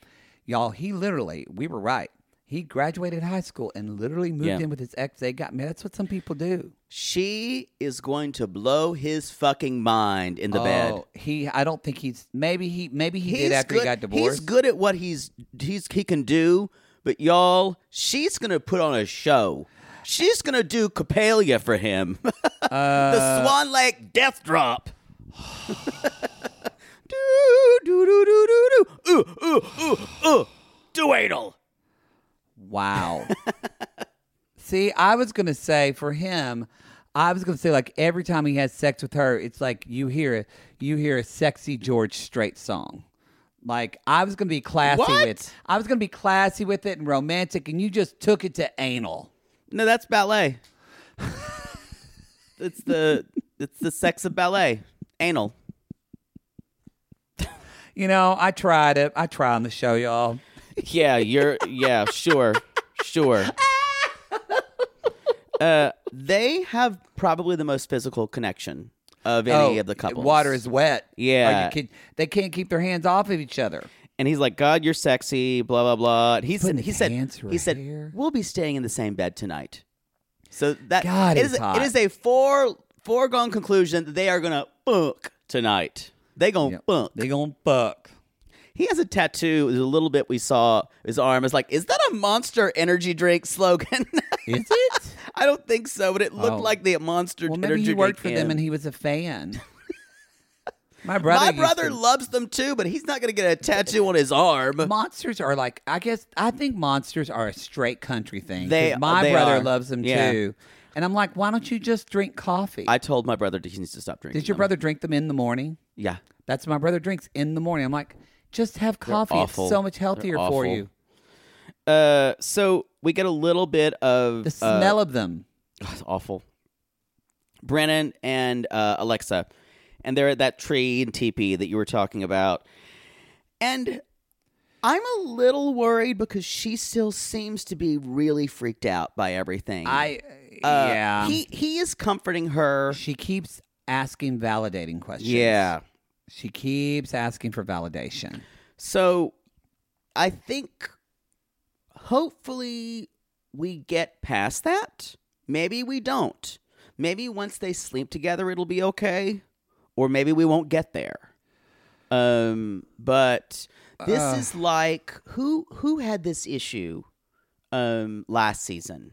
[SPEAKER 3] y'all. He literally, we were right. He graduated high school and literally moved
[SPEAKER 2] Yeah.
[SPEAKER 3] in with his ex. They got married. That's what some people do.
[SPEAKER 2] she is going to blow his fucking mind in the bed.
[SPEAKER 3] Oh, he. I don't think he's. Maybe he. Maybe he
[SPEAKER 2] He's
[SPEAKER 3] did after
[SPEAKER 2] good.
[SPEAKER 3] he got
[SPEAKER 2] He's
[SPEAKER 3] divorced.
[SPEAKER 2] good at what he's he's he can do, but y'all, she's gonna put on a show. She's gonna do Capella for him,
[SPEAKER 3] Uh,
[SPEAKER 2] the Swan Lake Death Drop. do do do do do do. Ooh ooh ooh ooh. Duadal.
[SPEAKER 3] Wow. See, I was gonna say for him, I was gonna say like every time he has sex with her, it's like you hear you hear a sexy George Strait song. Like I was gonna be classy
[SPEAKER 2] What?
[SPEAKER 3] with I was gonna be classy with it and romantic, and you just took it to anal.
[SPEAKER 2] No, that's ballet. it's the it's the sex of ballet. Anal.
[SPEAKER 3] You know, I tried it. I tried on the show, y'all.
[SPEAKER 2] Yeah, you're. Yeah, sure, sure. Uh, they have probably the most physical connection of any
[SPEAKER 3] Oh,
[SPEAKER 2] of the couples.
[SPEAKER 3] Water is wet. Are
[SPEAKER 2] Yeah.
[SPEAKER 3] you kid- they can't keep their hands off of each other.
[SPEAKER 2] and he's like, "God, you're sexy." Blah blah blah. And he
[SPEAKER 3] Putting
[SPEAKER 2] said, "He
[SPEAKER 3] his
[SPEAKER 2] said,
[SPEAKER 3] hands through
[SPEAKER 2] he
[SPEAKER 3] her
[SPEAKER 2] said,
[SPEAKER 3] hair.
[SPEAKER 2] we'll be staying in the same bed tonight." So that
[SPEAKER 3] God,
[SPEAKER 2] it
[SPEAKER 3] he's
[SPEAKER 2] is.
[SPEAKER 3] hot.
[SPEAKER 2] It is a fore foregone conclusion that they are gonna fuck tonight. They gonna fuck.
[SPEAKER 3] They gonna fuck.
[SPEAKER 2] He has a tattoo. There's a little bit we saw his arm. It's like, is that a monster energy drink slogan?
[SPEAKER 3] Is it?
[SPEAKER 2] I don't think so, but it looked
[SPEAKER 3] Oh.
[SPEAKER 2] like the monster
[SPEAKER 3] well,
[SPEAKER 2] energy
[SPEAKER 3] maybe he
[SPEAKER 2] drink
[SPEAKER 3] worked for them
[SPEAKER 2] can.
[SPEAKER 3] and he was a fan. My brother.
[SPEAKER 2] My
[SPEAKER 3] used
[SPEAKER 2] brother
[SPEAKER 3] to-
[SPEAKER 2] loves them too, but he's not going to get a tattoo on his arm.
[SPEAKER 3] monsters are like I guess I think monsters are a straight country thing. 'cause
[SPEAKER 2] They-
[SPEAKER 3] my
[SPEAKER 2] they
[SPEAKER 3] brother
[SPEAKER 2] are.
[SPEAKER 3] loves them
[SPEAKER 2] Yeah.
[SPEAKER 3] too, and I'm like, why don't you just drink coffee?
[SPEAKER 2] I told my brother he needs to stop drinking.
[SPEAKER 3] Did your
[SPEAKER 2] them.
[SPEAKER 3] brother drink them in the morning?
[SPEAKER 2] Yeah,
[SPEAKER 3] That's what my brother drinks in the morning. I'm like, just have coffee. It's
[SPEAKER 2] awful.
[SPEAKER 3] so much
[SPEAKER 2] They're
[SPEAKER 3] healthier for
[SPEAKER 2] awful.
[SPEAKER 3] you.
[SPEAKER 2] Uh, so we get a little bit of uh,
[SPEAKER 3] The smell of them.
[SPEAKER 2] It's awful. Brennan and uh, Alexa, and they're at that tree and teepee that you were talking about, and I'm a little worried because she still seems to be really freaked out by everything.
[SPEAKER 3] I
[SPEAKER 2] Uh,
[SPEAKER 3] yeah.
[SPEAKER 2] He he is comforting her.
[SPEAKER 3] she keeps asking validating questions.
[SPEAKER 2] Yeah.
[SPEAKER 3] She keeps asking for validation.
[SPEAKER 2] So I think hopefully we get past that. Maybe we don't. Maybe once they sleep together it'll be okay or maybe we won't get there. Um but this
[SPEAKER 3] Uh.
[SPEAKER 2] is like who who had this issue um last season?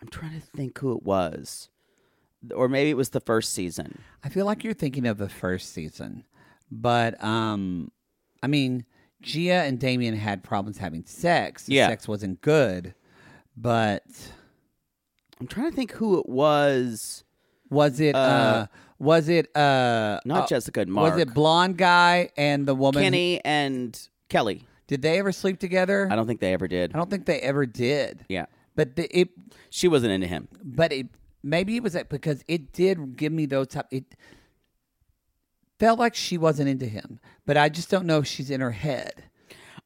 [SPEAKER 2] I'm trying to think who it was. Or maybe it was the first season.
[SPEAKER 3] I feel like you're thinking of the first season, but um, I mean, Gia and Damien had problems having sex. The
[SPEAKER 2] Yeah.
[SPEAKER 3] sex wasn't good, but
[SPEAKER 2] I'm trying to think who it was.
[SPEAKER 3] was it? Uh,
[SPEAKER 2] Uh,
[SPEAKER 3] was it? Uh,
[SPEAKER 2] Not
[SPEAKER 3] uh,
[SPEAKER 2] Jessica and Mark.
[SPEAKER 3] Was it blonde guy and the woman? who-
[SPEAKER 2] Kenny and Kelly.
[SPEAKER 3] did they ever sleep together?
[SPEAKER 2] I don't think they ever did.
[SPEAKER 3] I don't think they ever did.
[SPEAKER 2] Yeah.
[SPEAKER 3] But the, it,
[SPEAKER 2] She wasn't into him.
[SPEAKER 3] but it maybe it was that because it did give me those type. It felt like she wasn't into him, but I just don't know if she's in her head.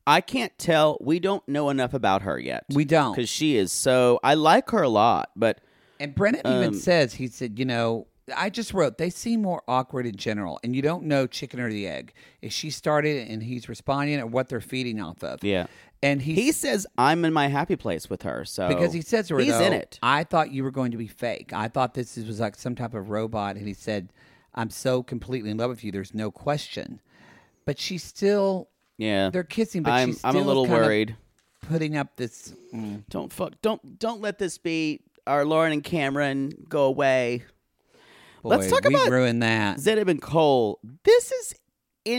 [SPEAKER 2] I can't tell. We don't know enough about her yet.
[SPEAKER 3] We don't.
[SPEAKER 2] Because she is so. I like her a lot, but
[SPEAKER 3] And Brennan
[SPEAKER 2] Um,
[SPEAKER 3] even says, he said, you know, I just wrote, they seem more awkward in general, and you don't know chicken or the egg. If she started and he's responding or what they're feeding off of.
[SPEAKER 2] yeah.
[SPEAKER 3] And he,
[SPEAKER 2] He says, I'm in my happy place with her. So.
[SPEAKER 3] because he says to her,
[SPEAKER 2] He's
[SPEAKER 3] though,
[SPEAKER 2] in it.
[SPEAKER 3] I thought you were going to be fake. I thought this is- was like some type of robot. And he said, I'm so completely in love with you. There's no question. But she's still,
[SPEAKER 2] yeah.
[SPEAKER 3] they're kissing, but
[SPEAKER 2] I'm,
[SPEAKER 3] she's
[SPEAKER 2] I'm a
[SPEAKER 3] still
[SPEAKER 2] little
[SPEAKER 3] kind of
[SPEAKER 2] worried.
[SPEAKER 3] putting up this. mm.
[SPEAKER 2] Don't fuck. Don't don't let this be our Lauren and Cameron go away. Let's
[SPEAKER 3] Boy,
[SPEAKER 2] talk
[SPEAKER 3] we
[SPEAKER 2] about
[SPEAKER 3] ruined that.
[SPEAKER 2] Zedib and Cole. This is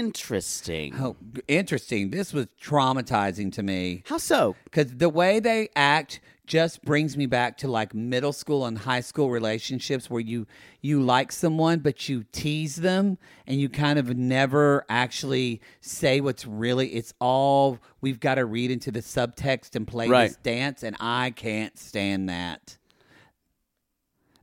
[SPEAKER 2] interesting.
[SPEAKER 3] oh, interesting. This was traumatizing to me.
[SPEAKER 2] How so?
[SPEAKER 3] because the way they act just brings me back to like middle school and high school relationships where you you like someone but you tease them and you kind of never actually say what's really it's all we've got to read into the subtext and play this
[SPEAKER 2] Right.
[SPEAKER 3] dance and I can't stand that.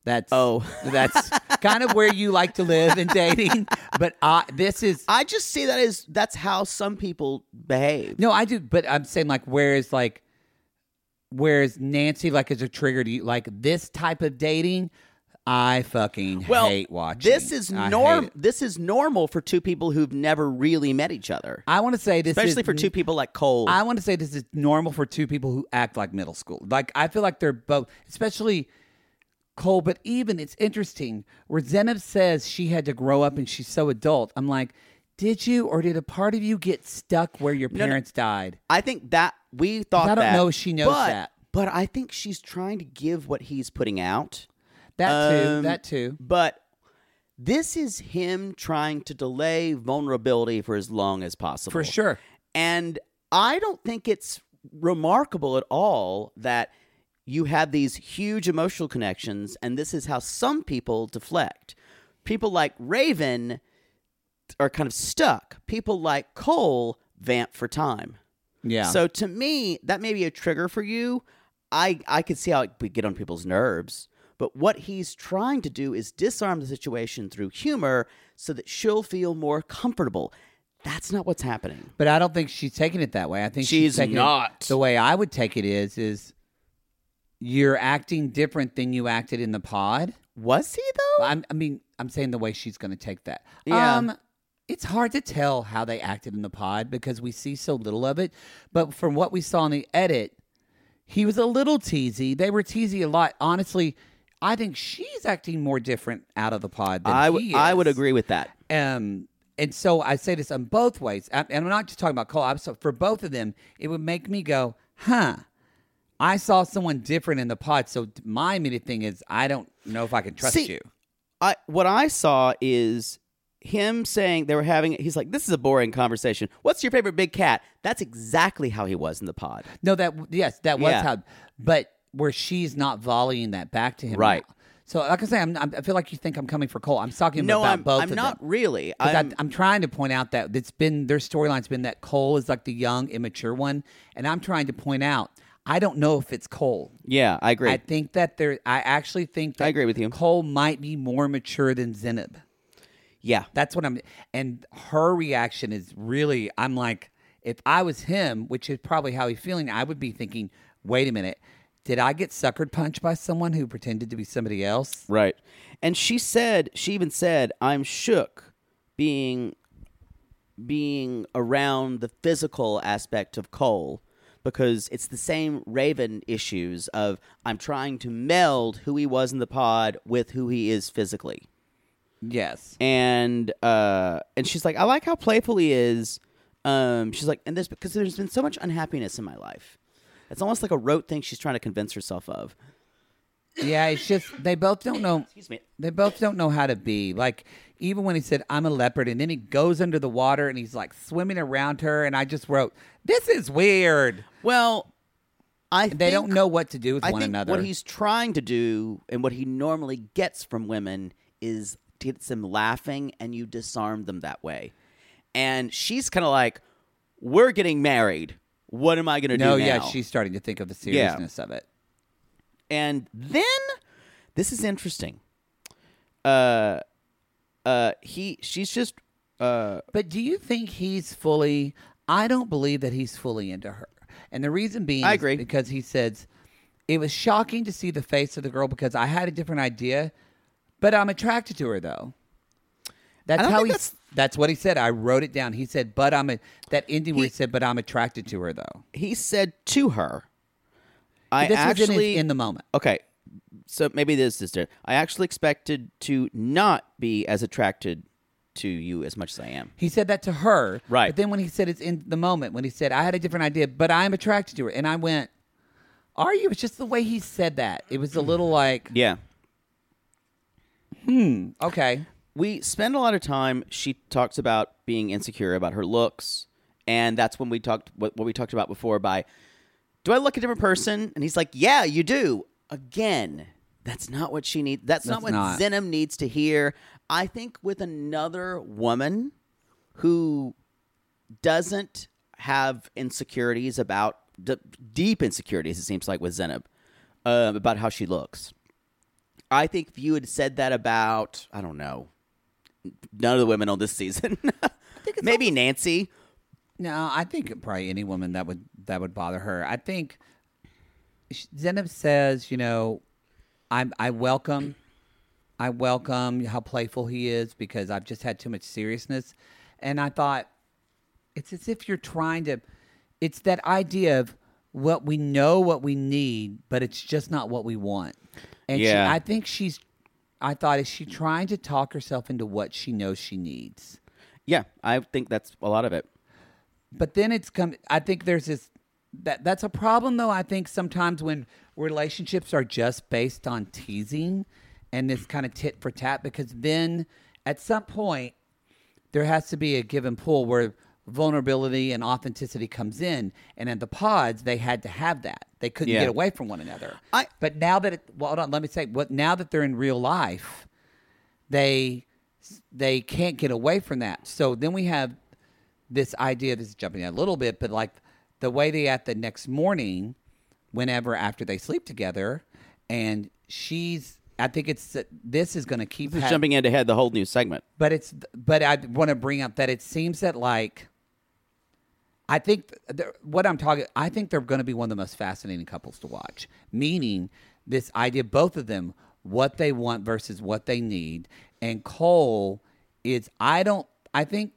[SPEAKER 3] That's
[SPEAKER 2] Oh.
[SPEAKER 3] that's kind of where you like to live in dating, but I this is
[SPEAKER 2] I just see that as that's how some people behave.
[SPEAKER 3] no, I do, but I'm saying like where is like where is Nancy like as a trigger to you like this type of dating? I fucking
[SPEAKER 2] well,
[SPEAKER 3] hate watching.
[SPEAKER 2] this is
[SPEAKER 3] I hate
[SPEAKER 2] norm.
[SPEAKER 3] it.
[SPEAKER 2] This is normal for two people who've never really met each other,
[SPEAKER 3] I want to say this
[SPEAKER 2] especially
[SPEAKER 3] is,
[SPEAKER 2] for two people like Cole.
[SPEAKER 3] I want to say this is normal for two people who act like middle school. Like I feel like they're both, especially Cole. But even it's interesting where Zenab says she had to grow up and she's so adult. I'm like, did you or did a part of you get stuck where your
[SPEAKER 2] No, no.
[SPEAKER 3] parents died?
[SPEAKER 2] I think that we thought.
[SPEAKER 3] I don't
[SPEAKER 2] that,
[SPEAKER 3] know if she knows
[SPEAKER 2] but-
[SPEAKER 3] that.
[SPEAKER 2] but I think she's trying to give what he's putting out.
[SPEAKER 3] That too.
[SPEAKER 2] Um,
[SPEAKER 3] that too.
[SPEAKER 2] But this is him trying to delay vulnerability for as long as possible.
[SPEAKER 3] For sure.
[SPEAKER 2] And I don't think it's remarkable at all that you have these huge emotional connections, and this is how some people deflect. People like Raven are kind of stuck. People like Cole vamp for time.
[SPEAKER 3] Yeah.
[SPEAKER 2] So to me, that may be a trigger for you. I I could see how it would get on people's nerves. But what he's trying to do is disarm the situation through humor so that she'll feel more comfortable. That's not what's happening.
[SPEAKER 3] But I don't think she's taking it that way. I think
[SPEAKER 2] She's
[SPEAKER 3] taking it-
[SPEAKER 2] not.
[SPEAKER 3] the way I would take it is is you're acting different than you acted in the pod.
[SPEAKER 2] Was he though?
[SPEAKER 3] I'm, I mean, I'm saying the way she's going to take that.
[SPEAKER 2] Yeah.
[SPEAKER 3] Um, it's hard to tell how they acted in the pod because we see so little of it. But from what we saw in the edit, he was a little teasy. They were teasy a lot. Honestly, I think she's acting more different out of the pod than
[SPEAKER 2] I
[SPEAKER 3] he
[SPEAKER 2] would I would
[SPEAKER 3] is.
[SPEAKER 2] agree with that.
[SPEAKER 3] Um, and so I say this on both ways, I- and I'm not just talking about Cole. I'm so for both of them, it would make me go, "Huh." I saw someone different in the pod, so my immediate thing is I don't know if I can trust
[SPEAKER 2] See,
[SPEAKER 3] you.
[SPEAKER 2] I what I saw is him saying they were having he's like this is a boring conversation. What's your favorite big cat? That's exactly how he was in the pod.
[SPEAKER 3] No, that yes, that was
[SPEAKER 2] Yeah.
[SPEAKER 3] how, but where she's not volleying that back to him,
[SPEAKER 2] Right.
[SPEAKER 3] now. So, like I say, I'm, I'm, I feel like you think I'm coming for Cole. I'm talking
[SPEAKER 2] No,
[SPEAKER 3] about
[SPEAKER 2] I'm
[SPEAKER 3] both.
[SPEAKER 2] I'm
[SPEAKER 3] of
[SPEAKER 2] not
[SPEAKER 3] them.
[SPEAKER 2] really.
[SPEAKER 3] 'Cause I-
[SPEAKER 2] I'm,
[SPEAKER 3] I'm, trying to point out that it's been their storyline's been that Cole is like the young, immature one, and I'm trying to point out I don't know if it's Cole.
[SPEAKER 2] yeah, I agree.
[SPEAKER 3] I think that there. I actually think that
[SPEAKER 2] I agree with you.
[SPEAKER 3] Cole might be more mature than Zenib.
[SPEAKER 2] yeah.
[SPEAKER 3] That's what I'm. And her reaction is really. I'm like, If I was him, which is probably how he's feeling, I would be thinking, wait a minute, did I get suckered punched by someone who pretended to be somebody else?
[SPEAKER 2] Right. And she said, she even said, I'm shook being being around the physical aspect of Cole because it's the same Raven issues of I'm trying to meld who he was in the pod with who he is physically.
[SPEAKER 3] Yes.
[SPEAKER 2] And uh and she's like, I like how playful he is. Um she's like, and this because there's been so much unhappiness in my life. It's almost like a rote thing she's trying to convince herself of.
[SPEAKER 3] Yeah, it's just they both don't know. Excuse
[SPEAKER 2] me.
[SPEAKER 3] They both don't know how to be. Like even when he said, "I'm a leopard," and then he goes under the water and he's like swimming around her, and I just wrote, "This is weird."
[SPEAKER 2] Well, I
[SPEAKER 3] They don't
[SPEAKER 2] think-
[SPEAKER 3] know what to do with
[SPEAKER 2] I
[SPEAKER 3] one
[SPEAKER 2] think
[SPEAKER 3] another.
[SPEAKER 2] what he's trying to do and what he normally gets from women is gets them laughing, and you disarm them that way. And she's kind of like, "We're getting married. What am I going to
[SPEAKER 3] no,
[SPEAKER 2] do?"
[SPEAKER 3] yeah,
[SPEAKER 2] now?"
[SPEAKER 3] she's starting to think of the seriousness of it.
[SPEAKER 2] And then this is interesting. Uh, uh, he she's just uh
[SPEAKER 3] But do you think he's fully? I don't believe that he's fully into her, and the reason being,
[SPEAKER 2] I
[SPEAKER 3] is
[SPEAKER 2] agree.
[SPEAKER 3] because he says it was shocking to see the face of the girl because I had a different idea, but I'm attracted to her though. That's
[SPEAKER 2] don't
[SPEAKER 3] how
[SPEAKER 2] think
[SPEAKER 3] he. That's, what he said. I wrote it down. He said, "But I'm a." That ending where he said, "But I'm attracted to her though."
[SPEAKER 2] he said to her, "I
[SPEAKER 3] this was in, his-
[SPEAKER 2] actually
[SPEAKER 3] in the moment.
[SPEAKER 2] Okay. So maybe this is different. I actually expected to not be as attracted to you as much as I am.
[SPEAKER 3] He said that to her,
[SPEAKER 2] Right.
[SPEAKER 3] But then when he said it's in the moment, when he said, "I had a different idea, but I'm attracted to her," and I went, "Are you?" It's just the way he said that. It was a little like,
[SPEAKER 2] Yeah.
[SPEAKER 3] okay.
[SPEAKER 2] We spend a lot of time she talks about being insecure about her looks and that's when we talked what, what we talked about before by do I look a different person? And he's like, "Yeah, you do." Again, that's not what she needs. That's, not
[SPEAKER 3] That's
[SPEAKER 2] what
[SPEAKER 3] not.
[SPEAKER 2] Zenim needs to hear. I think with another woman who doesn't have insecurities about d- deep insecurities. It seems like with Zenab um, about how she looks. I think if you had said that about I don't know none of the women on this season, maybe Nancy.
[SPEAKER 3] No, I think probably any woman that would that would bother her. I think sh- Zeneb says, you know, I I welcome, I welcome how playful he is because I've just had too much seriousness, and I thought it's as if you're trying to, it's that idea of what we know what we need, but it's just not what we want. And
[SPEAKER 2] Yeah.
[SPEAKER 3] she, I think she's, I thought, is she trying to talk herself into what she knows she needs?
[SPEAKER 2] Yeah, I think that's a lot of it.
[SPEAKER 3] but then it's come i think there's this that that's a problem though i think sometimes when relationships are just based on teasing and this kind of tit for tat because then at some point there has to be a give and pull where vulnerability and authenticity comes in and in the pods they had to have that they couldn't
[SPEAKER 2] Yeah.
[SPEAKER 3] get away from one another
[SPEAKER 2] I-
[SPEAKER 3] but now that it well hold on let me say what now that they're in real life they they can't get away from that. So then we have this idea. This is jumping a little bit, but like the way they at the next morning, whenever after they sleep together, and she's. I think it's this is going to keep
[SPEAKER 2] This is
[SPEAKER 3] hap-
[SPEAKER 2] jumping into head the whole new segment.
[SPEAKER 3] but it's but I want to bring up that it seems that like I think th- th- what I'm talking I think they're going to be one of the most fascinating couples to watch. Meaning this idea both of them what they want versus what they need and Cole is I don't I think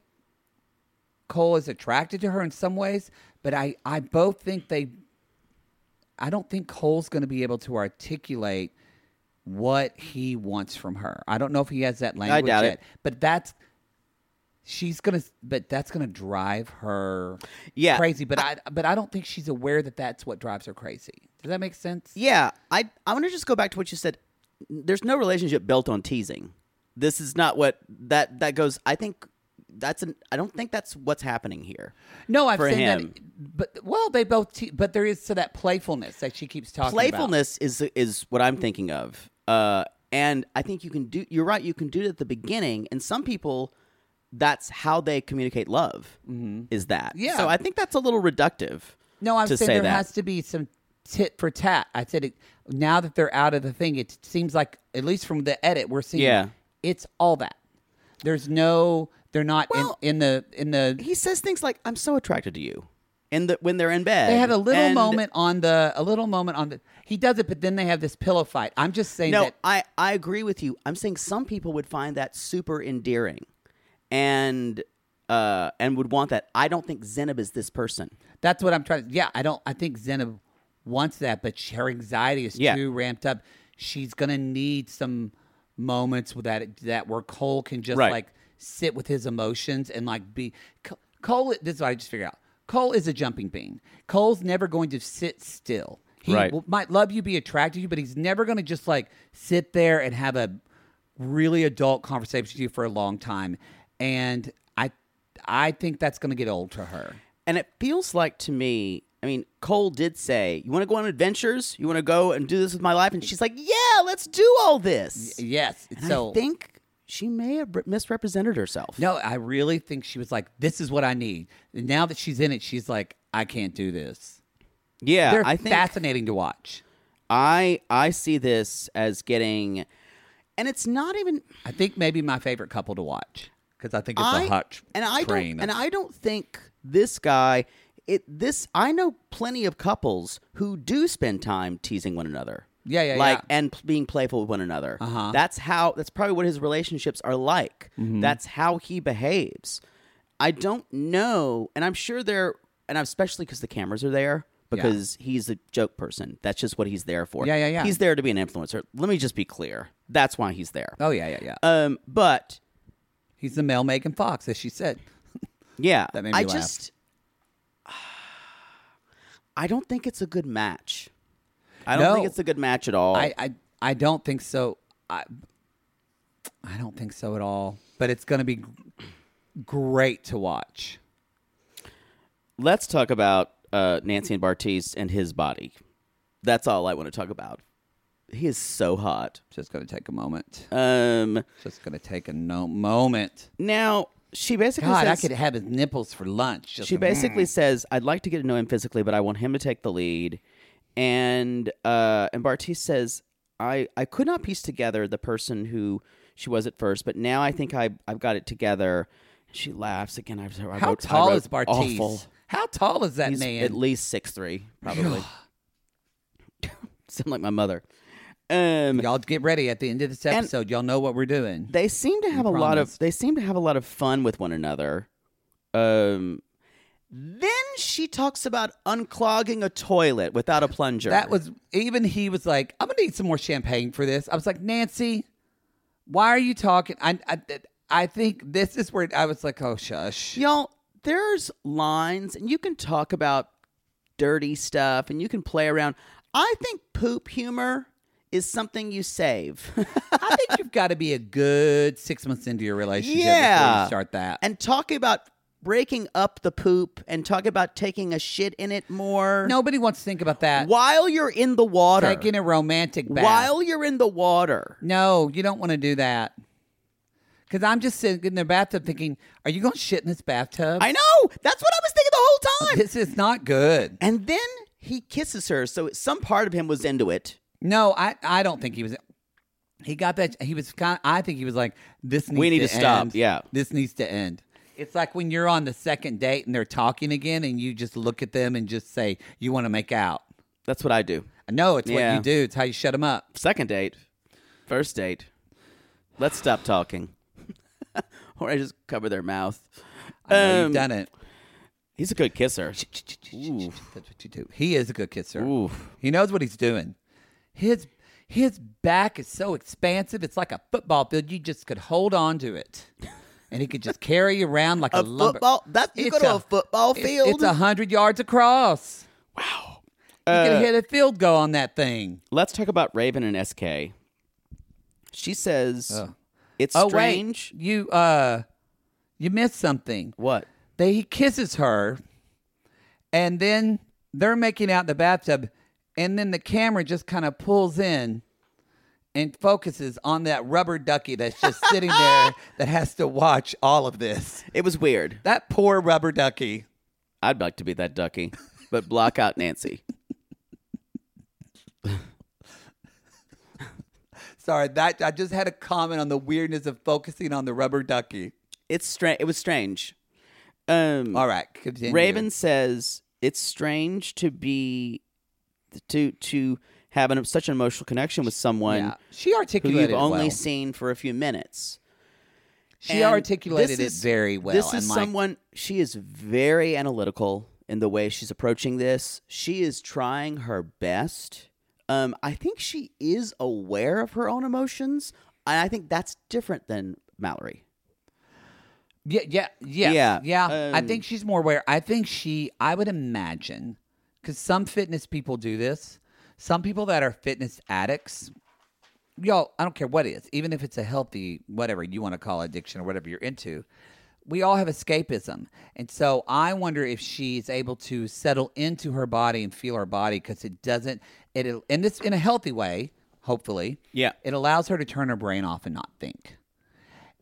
[SPEAKER 3] Cole is attracted to her in some ways, but I I both think they I don't think Cole's going to be able to articulate what he wants from her. I don't know if he has that language
[SPEAKER 2] doubt it.
[SPEAKER 3] yet, but that's she's going to but that's going to drive her
[SPEAKER 2] Yeah.
[SPEAKER 3] crazy, but I, but I don't think she's aware that that's what drives her crazy. Does that make sense?
[SPEAKER 2] Yeah, I I want to just go back to what you said. There's no relationship built on teasing. This is not what that that goes. I think that's an. I don't think that's what's happening here.
[SPEAKER 3] No, I've
[SPEAKER 2] for
[SPEAKER 3] seen
[SPEAKER 2] him.
[SPEAKER 3] that but well, they both te- but there is so that playfulness that she keeps talking about.
[SPEAKER 2] Playfulness is is what I'm thinking of. Uh, and I think you can do. You're right. You can do it at the beginning, and some people. That's how they communicate love. Is that?
[SPEAKER 3] Yeah.
[SPEAKER 2] So I think that's a little reductive.
[SPEAKER 3] No, I'm
[SPEAKER 2] to
[SPEAKER 3] saying
[SPEAKER 2] say
[SPEAKER 3] there
[SPEAKER 2] that.
[SPEAKER 3] has to be some tit for tat. I said it now that they're out of the thing, it seems like at least from the edit we're seeing
[SPEAKER 2] Yeah.
[SPEAKER 3] it's all that. There's no They're not
[SPEAKER 2] Well-
[SPEAKER 3] in, in the in the.
[SPEAKER 2] He says things like, "I'm so attracted to you," and the, when they're in bed,
[SPEAKER 3] They have a little
[SPEAKER 2] And-
[SPEAKER 3] moment on the a little moment on the. He does it, but then they have this pillow fight. I'm just saying
[SPEAKER 2] No,
[SPEAKER 3] that
[SPEAKER 2] I I agree with you. I'm saying some people would find that super endearing, and uh and would want that. I don't think Zenib is this person.
[SPEAKER 3] That's what I'm trying. Yeah, I don't. I think Zena wants that, but she- her anxiety is
[SPEAKER 2] Yeah.
[SPEAKER 3] too ramped up. She's gonna need some moments with that that where Cole can just
[SPEAKER 2] Right.
[SPEAKER 3] like sit with his emotions and like be. Co- Cole, this is what I just figured out. Cole is a jumping bean. Cole's never going to sit still. He
[SPEAKER 2] Right.
[SPEAKER 3] will- might love you, be attracted to you, but he's never going to just like sit there and have a really adult conversation with you for a long time. And I, I think that's going to get old to her.
[SPEAKER 2] And it feels like to me, I mean, Cole did say, "You want to go on adventures? You want to go and do this with my life?" And she's like, "Yeah, let's do all this."
[SPEAKER 3] Yes.
[SPEAKER 2] And
[SPEAKER 3] so
[SPEAKER 2] I think she may have re- misrepresented herself.
[SPEAKER 3] no, I really think she was like, "This is what I need." And now that she's in it, she's like, "I can't do this."
[SPEAKER 2] yeah,
[SPEAKER 3] They're
[SPEAKER 2] I think
[SPEAKER 3] fascinating to watch.
[SPEAKER 2] I I see this as getting, and it's not even
[SPEAKER 3] I think maybe my favorite couple to watch because I think it's a hot tr-
[SPEAKER 2] and I
[SPEAKER 3] train.
[SPEAKER 2] don't and I don't think this guy it this I know plenty of couples who do spend time teasing one another.
[SPEAKER 3] Yeah, yeah,
[SPEAKER 2] like
[SPEAKER 3] yeah.
[SPEAKER 2] and p- being playful with one another. Uh-huh. That's how. That's probably what his relationships are like.
[SPEAKER 3] Mm-hmm.
[SPEAKER 2] That's how he behaves. I don't know, and I'm sure they're, and I'm- especially because the cameras are there because he's a joke person. That's just what he's there for.
[SPEAKER 3] Yeah, yeah, yeah.
[SPEAKER 2] He's there to be an influencer. Let me just be clear. That's why he's there.
[SPEAKER 3] oh yeah, yeah, yeah.
[SPEAKER 2] Um, but
[SPEAKER 3] He's the male Megan Fox, as she said.
[SPEAKER 2] yeah.
[SPEAKER 3] That made
[SPEAKER 2] I
[SPEAKER 3] me laugh.
[SPEAKER 2] just I don't think it's a good match. I don't
[SPEAKER 3] No.
[SPEAKER 2] think it's a good match at all.
[SPEAKER 3] I, I I don't think so. I I don't think so at all. But it's going to be g- great to watch.
[SPEAKER 2] Let's talk about uh, Nancy and Bartiz and his body. That's all I want to talk about. He is so hot.
[SPEAKER 3] Just going to take a moment.
[SPEAKER 2] Um
[SPEAKER 3] Just going to take a no moment.
[SPEAKER 2] now she basically
[SPEAKER 3] God, I
[SPEAKER 2] says
[SPEAKER 3] could have his nipples for lunch. Just Mm.
[SPEAKER 2] she basically says, I'd like to get to know him physically, but I want him to take the lead. And uh, and Bartiz says, I, I could not piece together the person who she was at first, but now I think I, I've got it together. She laughs again. I, I
[SPEAKER 3] How
[SPEAKER 2] wrote- I
[SPEAKER 3] tall
[SPEAKER 2] wrote
[SPEAKER 3] is Bartiz?
[SPEAKER 2] Awful.
[SPEAKER 3] How tall is that
[SPEAKER 2] He's
[SPEAKER 3] man?
[SPEAKER 2] at least six three, probably. Sound like my mother. Um,
[SPEAKER 3] Y'all get ready at the end of this episode. Y'all know what we're doing.
[SPEAKER 2] they seem to have a lot of
[SPEAKER 3] promised.
[SPEAKER 2] they seem to have a lot of fun with one another um then she talks about unclogging a toilet without a plunger
[SPEAKER 3] that was even he was like, "I'm gonna need some more champagne for this." I was like, "Nancy, why are you talking?" I I, I think this is where I was like, "Oh shush."
[SPEAKER 2] y'all there's lines and you can talk about dirty stuff and you can play around i think poop humor is something you save
[SPEAKER 3] I think you've got to be a good six months into your relationship before
[SPEAKER 2] Yeah.
[SPEAKER 3] you start that.
[SPEAKER 2] and talking about breaking up the poop and talking about taking a shit in it more
[SPEAKER 3] nobody wants to think about that.
[SPEAKER 2] while you're in the water
[SPEAKER 3] uh, Taking a romantic bath.
[SPEAKER 2] while you're in the water
[SPEAKER 3] No, you don't want to do that. Because I'm just sitting in the bathtub thinking, are you going to shit in this bathtub?
[SPEAKER 2] I know. That's what I was thinking the whole time.
[SPEAKER 3] This is not good.
[SPEAKER 2] And then he kisses her. So some part of him was into it.
[SPEAKER 3] No, I, I don't think he was. He got that. He was kind. I think he was like, this needs
[SPEAKER 2] We need to stop,
[SPEAKER 3] end.
[SPEAKER 2] yeah.
[SPEAKER 3] This needs to end. It's like when you're on the second date and they're talking again and you just look at them and just say, you want to make out.
[SPEAKER 2] That's what I do.
[SPEAKER 3] No, it's what
[SPEAKER 2] Yeah.
[SPEAKER 3] you do. It's how you shut them up.
[SPEAKER 2] Second date, first date. Let's stop talking. or I just cover their mouth.
[SPEAKER 3] I know
[SPEAKER 2] Um,
[SPEAKER 3] you've done it.
[SPEAKER 2] He's a good kisser.
[SPEAKER 3] That's what you do. He is a good kisser.
[SPEAKER 2] Oof.
[SPEAKER 3] He knows what he's doing. His his back is so expansive. It's like a football field. You just could hold on to it, and he could just carry you around like a,
[SPEAKER 2] A
[SPEAKER 3] lumber-
[SPEAKER 2] football- that- you go to a football
[SPEAKER 3] it's-
[SPEAKER 2] field?
[SPEAKER 3] It's a hundred yards across. Wow. You
[SPEAKER 2] Uh,
[SPEAKER 3] could hit a field goal on that thing.
[SPEAKER 2] Let's talk about Raven and SK. She says, It's
[SPEAKER 3] Oh
[SPEAKER 2] strange.
[SPEAKER 3] wait, you uh, you missed something.
[SPEAKER 2] What?
[SPEAKER 3] They he kisses her, and then they're making out in the bathtub, and then the camera just kind of pulls in and focuses on that rubber ducky that's just sitting there that has to watch all of this.
[SPEAKER 2] It was weird.
[SPEAKER 3] That poor rubber ducky.
[SPEAKER 2] I'd like to be that ducky, but block out Nancy.
[SPEAKER 3] Sorry, that I just had a comment on the weirdness of focusing on the rubber ducky.
[SPEAKER 2] It's strange. It was strange. Um,
[SPEAKER 3] All right, continue.
[SPEAKER 2] Raven says it's strange to be to to have an, such an emotional connection with someone
[SPEAKER 3] Yeah. She
[SPEAKER 2] who
[SPEAKER 3] articulated
[SPEAKER 2] you've
[SPEAKER 3] it
[SPEAKER 2] only
[SPEAKER 3] well.
[SPEAKER 2] seen for a few minutes.
[SPEAKER 3] She
[SPEAKER 2] And
[SPEAKER 3] articulated
[SPEAKER 2] this is-
[SPEAKER 3] it very well.
[SPEAKER 2] This is
[SPEAKER 3] and, like,
[SPEAKER 2] someone she is very analytical in the way she's approaching this. She is trying her best. Um, I think she is aware of her own emotions, and I think that's different than Mallory.
[SPEAKER 3] Yeah, yeah, yeah,
[SPEAKER 2] Yeah,
[SPEAKER 3] yeah. I
[SPEAKER 2] um,
[SPEAKER 3] think she's more aware. I think she. I would imagine because some fitness people do this. Some people that are fitness addicts, y'all. I don't care what it is, even if it's a healthy, whatever you want to call addiction or whatever you're into. We all have escapism, and so I wonder if she's able to settle into her body and feel her body because it doesn't. It and this in a healthy way, hopefully.
[SPEAKER 2] Yeah.
[SPEAKER 3] it allows her to turn her brain off and not think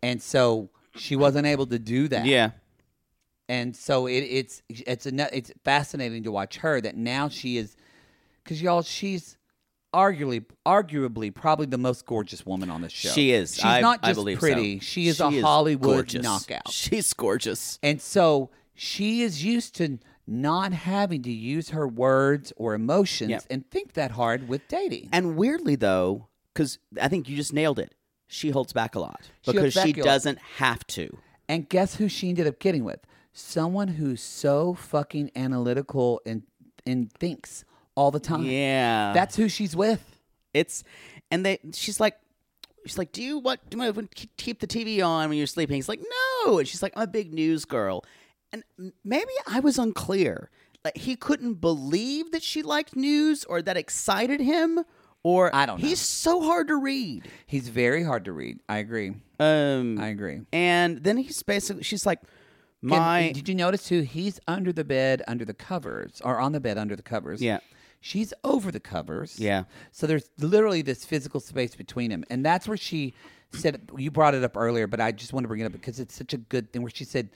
[SPEAKER 3] and so she wasn't able to do that. and so it, it's it's a, it's fascinating to watch her that now she is because y'all she's arguably arguably probably the most gorgeous woman on the show.
[SPEAKER 2] she is.
[SPEAKER 3] She's
[SPEAKER 2] I-
[SPEAKER 3] not
[SPEAKER 2] I
[SPEAKER 3] just
[SPEAKER 2] believe so.
[SPEAKER 3] pretty. She is a Hollywood
[SPEAKER 2] gorgeous.
[SPEAKER 3] knockout.
[SPEAKER 2] She's gorgeous.
[SPEAKER 3] And so she is used to not having to use her words or emotions
[SPEAKER 2] Yep.
[SPEAKER 3] and think that hard with dating.
[SPEAKER 2] And weirdly, though, because I think you just nailed it, she holds back a lot
[SPEAKER 3] She
[SPEAKER 2] because
[SPEAKER 3] holds
[SPEAKER 2] she,
[SPEAKER 3] back a lot.
[SPEAKER 2] doesn't have to.
[SPEAKER 3] And guess who she ended up getting with? Someone who's so fucking analytical and and thinks all the time.
[SPEAKER 2] Yeah,
[SPEAKER 3] That's who she's with.
[SPEAKER 2] it's and they. She's like, she's like, do you what? Do you want to keep the TV on when you're sleeping? He's like, no. And she's like, I'm a big news girl. And m- maybe I was unclear. Like he couldn't believe that she liked news or that excited him. Or
[SPEAKER 3] I don't know.
[SPEAKER 2] He's so hard to read.
[SPEAKER 3] He's very hard to read. I agree.
[SPEAKER 2] Um,
[SPEAKER 3] I agree.
[SPEAKER 2] and then he's basically she's like,
[SPEAKER 3] Can-
[SPEAKER 2] my
[SPEAKER 3] did you notice too? He's under the bed, under the covers, or on the bed under the covers.
[SPEAKER 2] Yeah.
[SPEAKER 3] She's over the covers.
[SPEAKER 2] Yeah.
[SPEAKER 3] So there's literally this physical space between him. And that's where she said, you brought it up earlier, but I just want to bring it up because it's such a good thing where she said,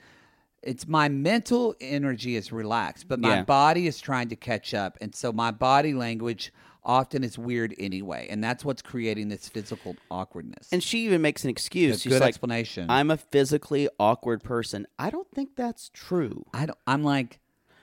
[SPEAKER 3] it's my mental energy is relaxed, but my
[SPEAKER 2] Yeah.
[SPEAKER 3] body is trying to catch up. And so my body language often is weird anyway. And that's what's creating this physical awkwardness.
[SPEAKER 2] And she even makes an excuse.
[SPEAKER 3] A
[SPEAKER 2] She's
[SPEAKER 3] good
[SPEAKER 2] like,
[SPEAKER 3] explanation.
[SPEAKER 2] I'm a physically awkward person. I don't think that's true.
[SPEAKER 3] I don't, I'm like,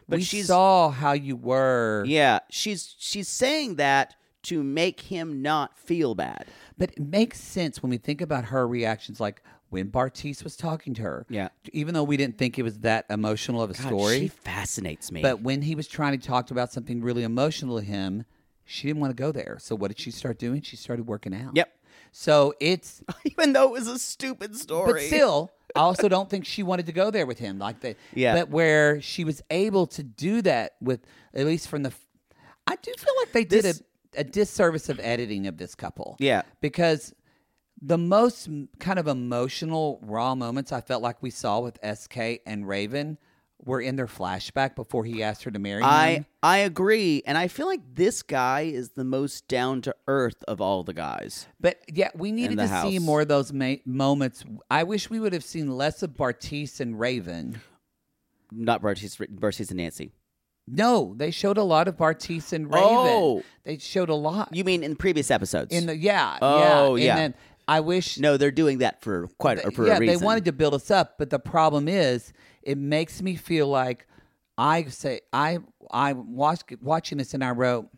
[SPEAKER 2] But
[SPEAKER 3] we
[SPEAKER 2] she's-
[SPEAKER 3] saw how you were.
[SPEAKER 2] Yeah, she's she's saying that to make him not feel bad.
[SPEAKER 3] But it makes sense when we think about her reactions, like when Bartice was talking to her.
[SPEAKER 2] Yeah.
[SPEAKER 3] Even though we didn't think it was that emotional of a
[SPEAKER 2] God,
[SPEAKER 3] story,
[SPEAKER 2] she fascinates me.
[SPEAKER 3] but when he was trying to talk about something really emotional to him, she didn't want to go there. So what did she start doing? She started working out.
[SPEAKER 2] Yep.
[SPEAKER 3] So it's,
[SPEAKER 2] even though it was a stupid story,
[SPEAKER 3] but still, I also don't think she wanted to go there with him like that.
[SPEAKER 2] Yeah.
[SPEAKER 3] But where she was able to do that with, at least from the, f- I do feel like they did
[SPEAKER 2] This-
[SPEAKER 3] a, a disservice of editing of this couple
[SPEAKER 2] yeah,
[SPEAKER 3] because the most m- kind of emotional raw moments I felt like we saw with SK and Raven were in their flashback before he asked her to marry
[SPEAKER 2] I
[SPEAKER 3] him.
[SPEAKER 2] I agree, and I feel like this guy is the most down to earth of all the guys.
[SPEAKER 3] But yeah, we needed
[SPEAKER 2] the
[SPEAKER 3] to see
[SPEAKER 2] house.
[SPEAKER 3] more of those ma- moments. I wish we would have seen less of Bartice and Raven.
[SPEAKER 2] Not Bertie's Bertie's and Nancy.
[SPEAKER 3] No, they showed a lot of Bartice and Raven.
[SPEAKER 2] Oh.
[SPEAKER 3] They showed a lot.
[SPEAKER 2] You mean in previous episodes?
[SPEAKER 3] in the yeah,
[SPEAKER 2] Oh,
[SPEAKER 3] yeah.
[SPEAKER 2] yeah.
[SPEAKER 3] And then I wish
[SPEAKER 2] no, they're doing that for quite a, for
[SPEAKER 3] yeah,
[SPEAKER 2] a reason.
[SPEAKER 3] they wanted to build us up, but the problem is, it makes me feel like I say I I watched watching this and I wrote,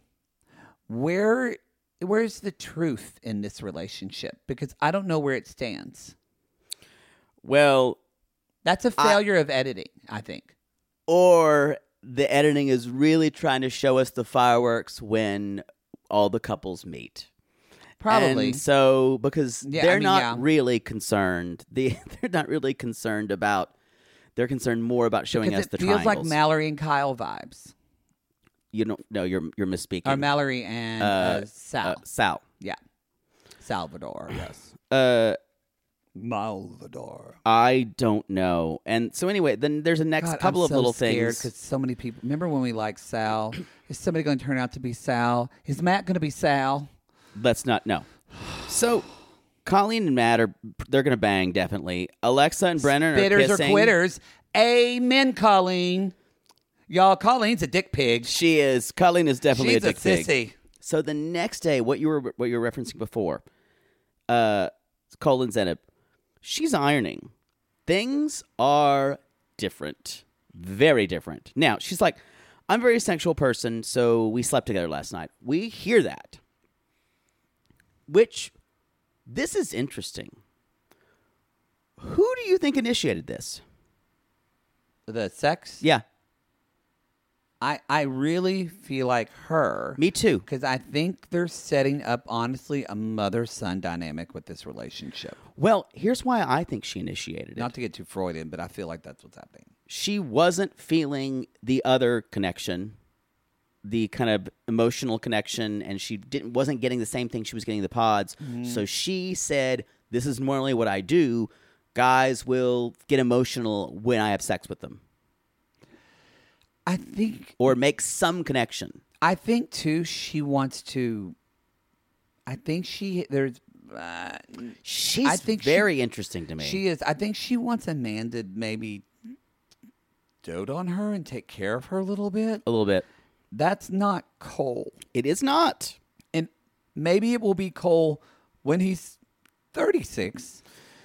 [SPEAKER 3] where where's the truth in this relationship? Because I don't know where it stands.
[SPEAKER 2] well,
[SPEAKER 3] That's a failure of editing, I think.
[SPEAKER 2] or the editing is really trying to show us the fireworks when all the couples meet.
[SPEAKER 3] Probably.
[SPEAKER 2] And so because
[SPEAKER 3] Yeah, I
[SPEAKER 2] they're
[SPEAKER 3] mean,
[SPEAKER 2] not
[SPEAKER 3] yeah.
[SPEAKER 2] really concerned. The they're not really concerned about they're concerned more about showing
[SPEAKER 3] because
[SPEAKER 2] us
[SPEAKER 3] it
[SPEAKER 2] the
[SPEAKER 3] feels like
[SPEAKER 2] triangles.
[SPEAKER 3] Mallory and Kyle vibes,
[SPEAKER 2] you don't no, you're you're misspeaking.
[SPEAKER 3] or Mallory and uh, Sal.
[SPEAKER 2] Uh, Sal.
[SPEAKER 3] yeah, Salvador. Yes,
[SPEAKER 2] Uh
[SPEAKER 3] Salvador.
[SPEAKER 2] I don't know. And so anyway, then there's a next
[SPEAKER 3] God,
[SPEAKER 2] couple
[SPEAKER 3] I'm
[SPEAKER 2] of
[SPEAKER 3] so
[SPEAKER 2] little
[SPEAKER 3] scared
[SPEAKER 2] things.
[SPEAKER 3] Because so many people. Remember when we liked Sal? Is somebody going to turn out to be Sal? Is Matt going to be Sal?
[SPEAKER 2] Let's not no. So Colleen and Matt are they're gonna bang definitely. Alexa and Brennan
[SPEAKER 3] Bitters
[SPEAKER 2] are
[SPEAKER 3] or
[SPEAKER 2] kissing.
[SPEAKER 3] quitters? Amen, Colleen. Y'all, Colleen's a dick pig.
[SPEAKER 2] She is. Colleen is definitely
[SPEAKER 3] She's
[SPEAKER 2] a dick pig.
[SPEAKER 3] sissy.
[SPEAKER 2] So the next day, what you were what you were referencing before, uh, Colin Zenib, she's ironing, Things are different. Very different. Now, she's like, I'm a very sexual person, so we slept together last night. We hear that. Which, this is interesting. Who do you think initiated this?
[SPEAKER 3] The sex?
[SPEAKER 2] Yeah,
[SPEAKER 3] I, I really feel like her.
[SPEAKER 2] me too.
[SPEAKER 3] Because I think they're setting up, honestly, a mother son dynamic with this relationship.
[SPEAKER 2] Well, here's why I think she initiated it.
[SPEAKER 3] Not to get too Freudian, but I feel like that's what's happening.
[SPEAKER 2] she wasn't feeling the other connection, the kind of emotional connection, and she didn't wasn't getting the same thing she was getting in the pods.
[SPEAKER 3] Mm-hmm.
[SPEAKER 2] So she said, "This is normally what I do. Guys will get emotional when I have sex with them,
[SPEAKER 3] I think
[SPEAKER 2] or make some connection."
[SPEAKER 3] I think too she wants to I think she there's uh,
[SPEAKER 2] She's
[SPEAKER 3] I think she-
[SPEAKER 2] very interesting to me.
[SPEAKER 3] she is I think she wants a man to maybe dote on her and take care of her a little bit.
[SPEAKER 2] a little bit.
[SPEAKER 3] That's not Cole.
[SPEAKER 2] It is not.
[SPEAKER 3] And maybe it will be Cole when he's 36.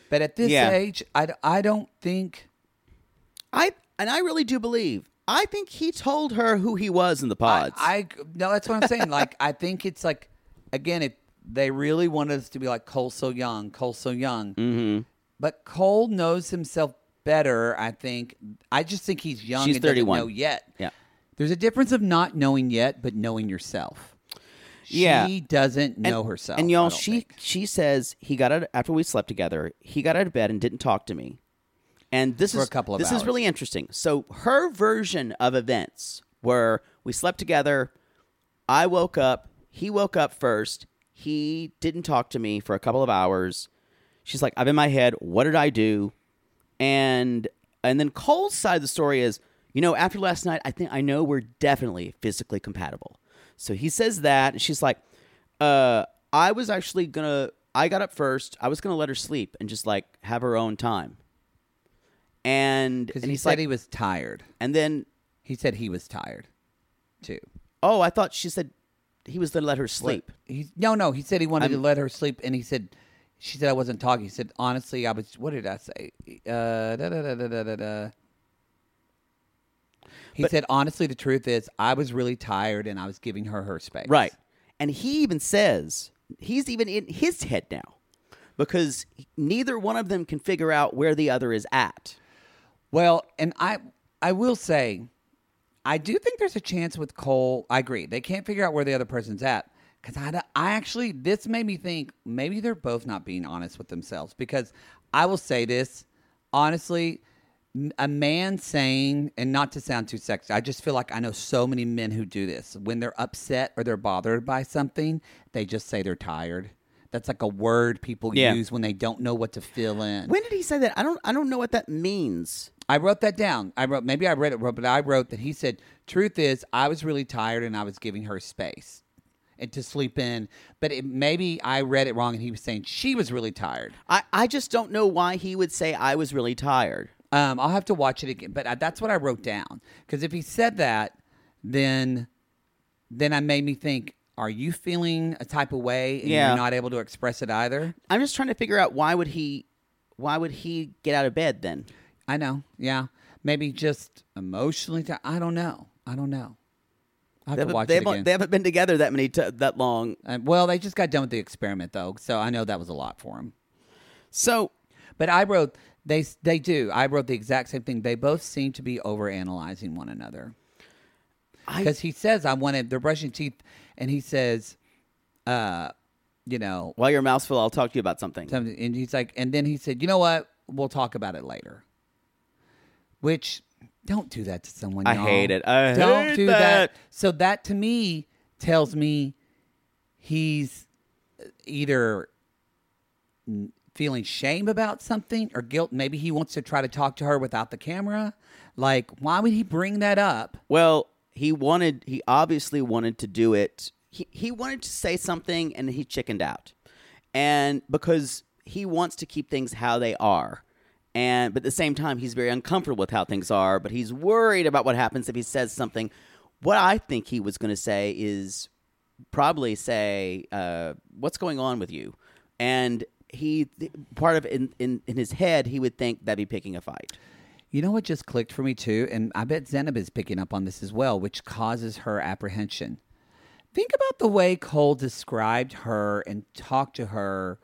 [SPEAKER 3] But at this
[SPEAKER 2] Yeah.
[SPEAKER 3] age, I, d- I don't think
[SPEAKER 2] I and I really do believe. I think he told her who he was in the pods.
[SPEAKER 3] I, I no, that's what I'm saying. like I think it's like again, if they really wanted us to be like Cole so young, Cole so young,
[SPEAKER 2] Mm-hmm.
[SPEAKER 3] but Cole knows himself better. I think. I just think he's young.
[SPEAKER 2] She's
[SPEAKER 3] and doesn't
[SPEAKER 2] 31.
[SPEAKER 3] Know yet.
[SPEAKER 2] Yeah.
[SPEAKER 3] There's a difference of not knowing yet, but knowing yourself.
[SPEAKER 2] Yeah.
[SPEAKER 3] She doesn't know
[SPEAKER 2] and,
[SPEAKER 3] herself.
[SPEAKER 2] And
[SPEAKER 3] I
[SPEAKER 2] y'all,
[SPEAKER 3] don't
[SPEAKER 2] she
[SPEAKER 3] think.
[SPEAKER 2] she says he got out after we slept together. He got out of bed and didn't talk to me. And this
[SPEAKER 3] For a
[SPEAKER 2] is
[SPEAKER 3] couple of
[SPEAKER 2] this
[SPEAKER 3] hours.
[SPEAKER 2] is really interesting. So her version of events were we slept together. I woke up. He woke up first. He didn't talk to me for a couple of hours. She's like, I'm in my head. What did I do? And and then Cole's side of the story is, you know, after last night, I think I know we're definitely physically compatible. So he says that, and she's like, uh, I was actually gonna I got up first, I was gonna let her sleep and just like have her own time. And,
[SPEAKER 3] because
[SPEAKER 2] and
[SPEAKER 3] he
[SPEAKER 2] he's
[SPEAKER 3] said
[SPEAKER 2] like
[SPEAKER 3] he was tired.
[SPEAKER 2] and then
[SPEAKER 3] He said he was tired, too.
[SPEAKER 2] oh, I thought she said he was gonna let her sleep.
[SPEAKER 3] He no no. He said he wanted to
[SPEAKER 2] I'm-
[SPEAKER 3] let her sleep, and he said she said I wasn't talking. He said honestly, I was. What did I say? Uh, da, da, da, da, da, da, da. He said honestly, the truth is I was really tired, and I was giving her her space.
[SPEAKER 2] Right. And he even says he's even in his head now. Because neither one of them can figure out where the other is at.
[SPEAKER 3] Well, and I I will say, I do think there's a chance with Cole. I agree. They can't figure out where the other person's at because I, don't- I actually this made me think maybe they're both not being honest with themselves because I will say this honestly. n- A man saying, and not to sound too sexy, I just feel like I know so many men who do this. When they're upset or they're bothered by something, they just say they're tired. That's like a word people
[SPEAKER 2] Yeah.
[SPEAKER 3] use when they don't know what to fill in.
[SPEAKER 2] When did he say that? I don't I don't know what that means.
[SPEAKER 3] I wrote that down. I wrote maybe I read it wrong, but I wrote that he said, "Truth is, I was really tired and I was giving her space and to sleep in." But it, maybe I read it wrong, and he was saying she was really tired.
[SPEAKER 2] I, I just don't know why he would say I was really tired.
[SPEAKER 3] Um, I'll have to watch it again, but I, that's what I wrote down because if he said that, then then I made me think: Are you feeling a type of way and
[SPEAKER 2] Yeah.
[SPEAKER 3] you're not able to express it either?
[SPEAKER 2] I'm just trying to figure out why would he why would he get out of bed then?
[SPEAKER 3] I know, yeah, maybe just emotionally. T- I don't know. I don't know. I have
[SPEAKER 2] They
[SPEAKER 3] to
[SPEAKER 2] haven't,
[SPEAKER 3] watch
[SPEAKER 2] they
[SPEAKER 3] it
[SPEAKER 2] haven't-
[SPEAKER 3] again.
[SPEAKER 2] they haven't been together that many t- that long.
[SPEAKER 3] Uh, well, they just got done with the experiment though, so I know that was a lot for them.
[SPEAKER 2] So
[SPEAKER 3] But I wrote they they do. I wrote the exact same thing. They both seem to be overanalyzing one another.
[SPEAKER 2] I
[SPEAKER 3] Because he says I wanted they're brushing teeth, and he says, uh, you know,
[SPEAKER 2] while your mouth's full, I'll talk to you about something.
[SPEAKER 3] something, and he's like, and then he said, you know what? We'll talk about it later. Which don't do that to someone.
[SPEAKER 2] I
[SPEAKER 3] y'all.
[SPEAKER 2] hate it. I
[SPEAKER 3] don't
[SPEAKER 2] hate
[SPEAKER 3] do
[SPEAKER 2] that.
[SPEAKER 3] So that to me tells me he's either n- feeling shame about something or guilt. Maybe he wants to try to talk to her without the camera. Like, why would he bring that up?
[SPEAKER 2] Well, he wanted he obviously wanted to do it. He he wanted to say something and he chickened out. And because he wants to keep things how they are. And but at the same time he's very uncomfortable with how things are, but he's worried about what happens if he says something. What I think he was going to say is probably say uh, what's going on with you. And he th- part of in, in in his head he would think that'd be picking a fight.
[SPEAKER 3] You know what just clicked for me too, and I bet Zenab is picking up on this as well, which causes her apprehension. Think about the way Cole described her and talked to her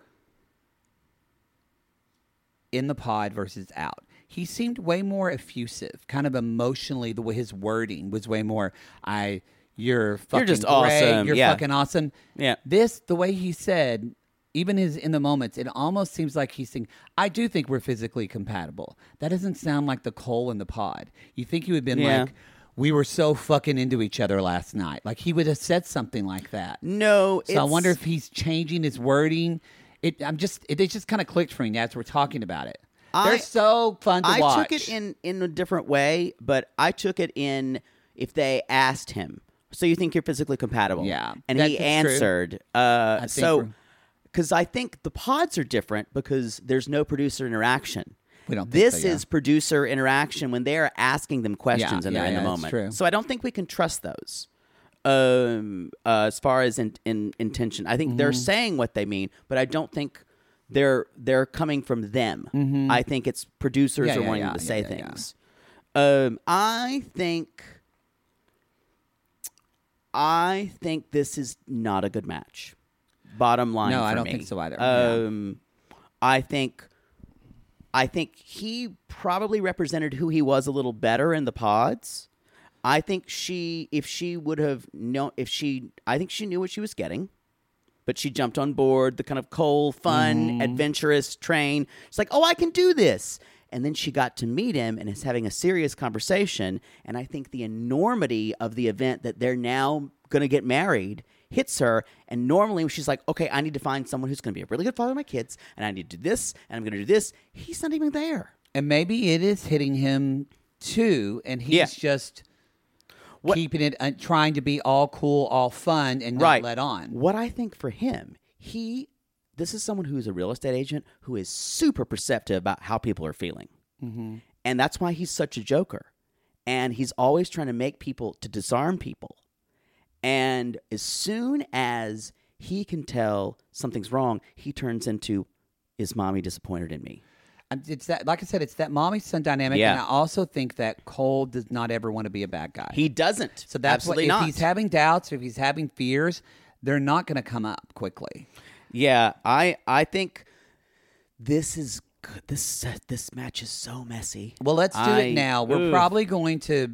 [SPEAKER 3] in the pod versus out. He seemed way more effusive, kind of emotionally. The way his wording was way more. I, you're fucking,
[SPEAKER 2] just
[SPEAKER 3] great,
[SPEAKER 2] awesome,"
[SPEAKER 3] You're
[SPEAKER 2] yeah.
[SPEAKER 3] fucking awesome.
[SPEAKER 2] Yeah.
[SPEAKER 3] This, the way he said, even his in the moments, it almost seems like he's saying, "I do think we're physically compatible." That doesn't sound like the Cole in the pod. You think he would have been
[SPEAKER 2] Yeah.
[SPEAKER 3] like, "We were so fucking into each other last night." Like he would have said something like that.
[SPEAKER 2] No,
[SPEAKER 3] So I wonder
[SPEAKER 2] it's-
[SPEAKER 3] if he's changing his wording. It, I'm just, it, it just kind of clicked for me as we're talking about it.
[SPEAKER 2] I-
[SPEAKER 3] They're so fun to
[SPEAKER 2] I
[SPEAKER 3] watch.
[SPEAKER 2] took it in in a different way, but I took it in if they asked him. So you think you're physically compatible?
[SPEAKER 3] Yeah,
[SPEAKER 2] and
[SPEAKER 3] that
[SPEAKER 2] he
[SPEAKER 3] is true.
[SPEAKER 2] answered. Uh,
[SPEAKER 3] think
[SPEAKER 2] so
[SPEAKER 3] we're-
[SPEAKER 2] because I think the pods are different because there's no producer interaction.
[SPEAKER 3] We don't think
[SPEAKER 2] this
[SPEAKER 3] so, yeah.
[SPEAKER 2] is producer interaction when they are asking them questions and
[SPEAKER 3] yeah,
[SPEAKER 2] they're in
[SPEAKER 3] yeah,
[SPEAKER 2] the
[SPEAKER 3] it's
[SPEAKER 2] moment.
[SPEAKER 3] true.
[SPEAKER 2] So I don't think we can trust those. Um, uh, as far as in, in intention, I think they're
[SPEAKER 3] Mm-hmm.
[SPEAKER 2] saying what they mean, but I don't think they're they're coming from them. I think it's producers
[SPEAKER 3] Mm-hmm. Yeah,
[SPEAKER 2] are
[SPEAKER 3] yeah,
[SPEAKER 2] wanting
[SPEAKER 3] yeah,
[SPEAKER 2] to
[SPEAKER 3] yeah,
[SPEAKER 2] say
[SPEAKER 3] yeah, yeah.
[SPEAKER 2] things. Um, I think I think this is not a good match. Bottom line,
[SPEAKER 3] No, I
[SPEAKER 2] for
[SPEAKER 3] don't
[SPEAKER 2] me.
[SPEAKER 3] think so either. Yeah.
[SPEAKER 2] Um, I think I think he probably represented who he was a little better in the pods. I think she, if she would have known, if she, I think she knew what she was getting, but she jumped on board the kind of coal, fun, adventurous train. She's like, oh, I can do this. And then she got to meet him and is having a serious conversation. And I think the enormity of the event that they're now going to get married hits her. And normally when she's like, okay, I need to find someone who's going to be a really good father to my kids, and I need to do this, and I'm going to do this. He's not even there.
[SPEAKER 3] and maybe it is hitting him too, and he's
[SPEAKER 2] Yeah.
[SPEAKER 3] just keeping it, uh, trying to be all cool, all fun, and not let on.
[SPEAKER 2] What I think for him, he this is someone who's a real estate agent who is super perceptive about how people are feeling. And that's why he's such a joker. And he's always trying to make people to disarm people. And as soon as he can tell something's wrong, he turns into is mommy disappointed in me?
[SPEAKER 3] Um, It's that, like I said, it's that mommy son dynamic,
[SPEAKER 2] Yeah.
[SPEAKER 3] and I also think that Cole does not ever want to be a bad guy.
[SPEAKER 2] He doesn't.
[SPEAKER 3] so that's
[SPEAKER 2] absolutely
[SPEAKER 3] what,
[SPEAKER 2] not.
[SPEAKER 3] If he's having doubts, if he's having fears, they're not going to come up quickly.
[SPEAKER 2] Yeah, I I think this is good. this this match is so messy.
[SPEAKER 3] Well, let's do
[SPEAKER 2] I-
[SPEAKER 3] it now. We're
[SPEAKER 2] Oof.
[SPEAKER 3] probably going to.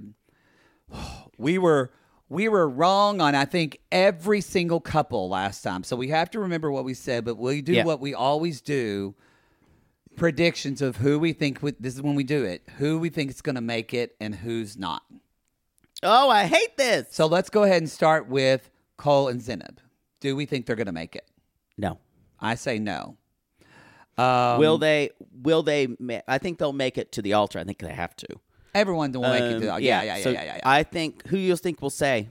[SPEAKER 3] We were we were wrong on I think every single couple last time, so we have to remember what we said. But we do
[SPEAKER 2] Yeah.
[SPEAKER 3] what we always do: predictions of who we think. would this is when we do it. Who we think is going to make it and who's not.
[SPEAKER 2] Oh, I hate this.
[SPEAKER 3] So let's go ahead and start with Cole and Zenib. Do we think they're going to make it?
[SPEAKER 2] No.
[SPEAKER 3] I say no. Um,
[SPEAKER 2] will they? Will they? Ma- I think theyll make it to the altar. I think they have to.
[SPEAKER 3] everyone will make it? To,
[SPEAKER 2] Um,
[SPEAKER 3] yeah, yeah, yeah,
[SPEAKER 2] so
[SPEAKER 3] yeah, yeah, yeah.
[SPEAKER 2] I think who you think will say?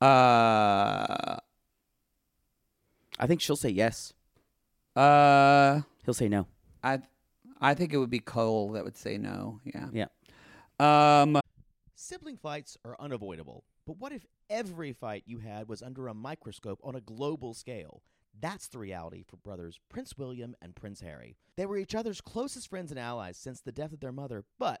[SPEAKER 3] Uh,
[SPEAKER 2] I think she'll say yes.
[SPEAKER 3] uh,
[SPEAKER 2] He'll say no.
[SPEAKER 3] I, I think it would be Cole that would say no. Yeah.
[SPEAKER 2] Yeah.
[SPEAKER 3] Um,
[SPEAKER 4] Sibling fights are unavoidable, but what if every fight you had was under a microscope on a global scale? That's the reality for brothers Prince William and Prince Harry. They were each other's closest friends and allies since the death of their mother, but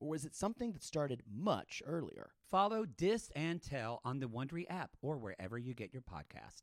[SPEAKER 4] or was it something that started much earlier?
[SPEAKER 3] Follow Dis and Tell on the Wondery app or wherever you get your podcast.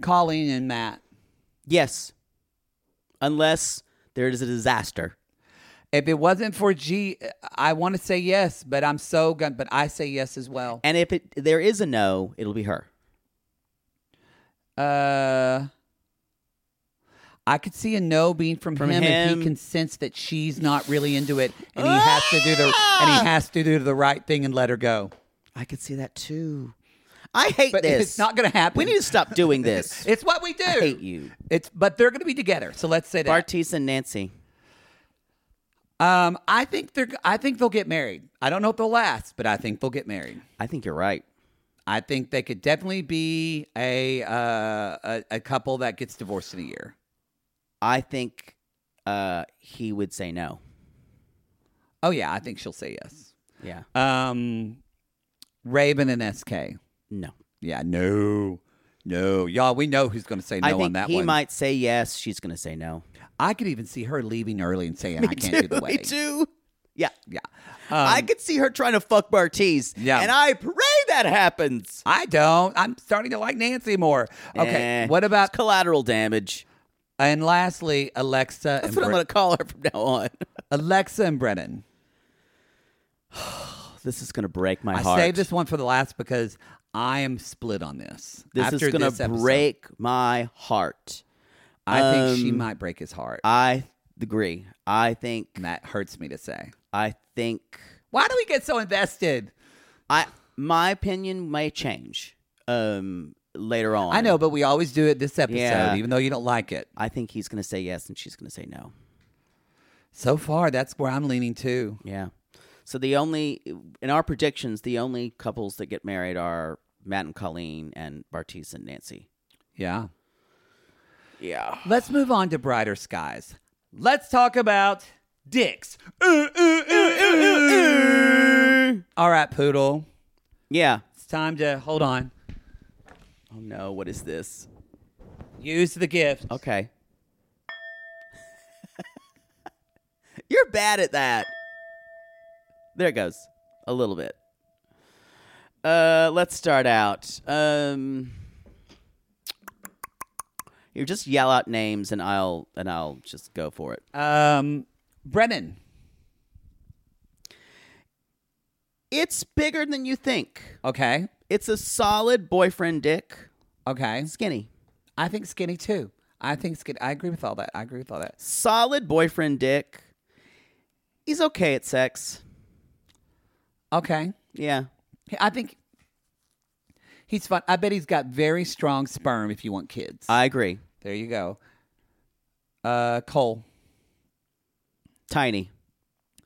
[SPEAKER 3] Colleen and Matt.
[SPEAKER 2] Yes. Unless there is a disaster.
[SPEAKER 3] If it wasn't for G, I want to say yes, but I'm so gun. But I say yes as well.
[SPEAKER 2] And if it there is a no, it'll be her.
[SPEAKER 3] Uh, I could see a no being from,
[SPEAKER 2] From
[SPEAKER 3] him, if
[SPEAKER 2] him.
[SPEAKER 3] he can sense that she's not really into it, and he has to do the and
[SPEAKER 2] Ah!
[SPEAKER 3] he has to do the right thing and let her go.
[SPEAKER 2] I could see that too. I hate
[SPEAKER 3] But
[SPEAKER 2] this.
[SPEAKER 3] it's not going to happen.
[SPEAKER 2] We need to stop doing this.
[SPEAKER 3] It's what we do.
[SPEAKER 2] I hate you.
[SPEAKER 3] It's but they're going to be together. So let's say that.
[SPEAKER 2] Bartiz and Nancy.
[SPEAKER 3] Um, I think they're. I think they'll get married. I don't know if they'll last, but I think they'll get married.
[SPEAKER 2] I think you're right.
[SPEAKER 3] I think they could definitely be a uh, a, a couple that gets divorced in a year.
[SPEAKER 2] I think uh, he would say no.
[SPEAKER 3] Oh yeah, I think she'll say yes.
[SPEAKER 2] Yeah.
[SPEAKER 3] Um, Raven and SK.
[SPEAKER 2] No.
[SPEAKER 3] Yeah, no, no, y'all. We know who's going to say no
[SPEAKER 2] I think
[SPEAKER 3] on that
[SPEAKER 2] he
[SPEAKER 3] one.
[SPEAKER 2] might say yes. She's going to say no.
[SPEAKER 3] I could even see her leaving early and saying, "I can't do the
[SPEAKER 2] Me
[SPEAKER 3] wedding."
[SPEAKER 2] too. Yeah.
[SPEAKER 3] Yeah, Um,
[SPEAKER 2] I could see her trying to fuck Bartiz.
[SPEAKER 3] Yeah.
[SPEAKER 2] And I pray that happens.
[SPEAKER 3] I don't. I'm starting to like Nancy more. Okay,
[SPEAKER 2] Eh,
[SPEAKER 3] what about
[SPEAKER 2] it's collateral damage?
[SPEAKER 3] and lastly, Alexa and
[SPEAKER 2] That's what I'm
[SPEAKER 3] Bre-
[SPEAKER 2] going to call her from now on.
[SPEAKER 3] Alexa and Brennan.
[SPEAKER 2] Oh, this is going to break my
[SPEAKER 3] I
[SPEAKER 2] heart.
[SPEAKER 3] saved this one for the last because I am split on this.
[SPEAKER 2] This
[SPEAKER 3] After
[SPEAKER 2] is going
[SPEAKER 3] this
[SPEAKER 2] to
[SPEAKER 3] episode,
[SPEAKER 2] break my heart.
[SPEAKER 3] I think she
[SPEAKER 2] um,
[SPEAKER 3] might break his heart.
[SPEAKER 2] I agree. I think.
[SPEAKER 3] and that hurts me to say.
[SPEAKER 2] I think.
[SPEAKER 3] Why do we get so invested?
[SPEAKER 2] I my opinion may change um, later on.
[SPEAKER 3] I know, but we always do it this episode,
[SPEAKER 2] Yeah.
[SPEAKER 3] even though you don't like it.
[SPEAKER 2] I think he's going to say yes, and she's going to say no.
[SPEAKER 3] So far, that's where I'm leaning too.
[SPEAKER 2] Yeah. So the only in our predictions, the only couples that get married are Matt and Colleen and Bartiz and Nancy.
[SPEAKER 3] Yeah.
[SPEAKER 2] Yeah.
[SPEAKER 3] Let's move on to brighter skies. Let's talk about dicks. Ooh, ooh, ooh, ooh, ooh, ooh. All right, poodle.
[SPEAKER 2] Yeah.
[SPEAKER 3] It's time to hold on.
[SPEAKER 2] Oh no! What is this?
[SPEAKER 3] Use the gift.
[SPEAKER 2] Okay. You're bad at that. There it goes. A little bit. Uh, let's start out. Um, you just yell out names, and I'll and I'll just go for it.
[SPEAKER 3] Um, Brennan.
[SPEAKER 2] It's bigger than you think.
[SPEAKER 3] Okay.
[SPEAKER 2] It's a solid boyfriend dick.
[SPEAKER 3] Okay.
[SPEAKER 2] Skinny.
[SPEAKER 3] I think skinny too. I think skinny. I agree with all that. I agree with all that.
[SPEAKER 2] Solid boyfriend dick. He's okay at sex.
[SPEAKER 3] Okay.
[SPEAKER 2] Yeah.
[SPEAKER 3] I think he's fun. I bet he's got very strong sperm if you want kids.
[SPEAKER 2] I agree.
[SPEAKER 3] there you go. Uh, Cole.
[SPEAKER 2] Tiny.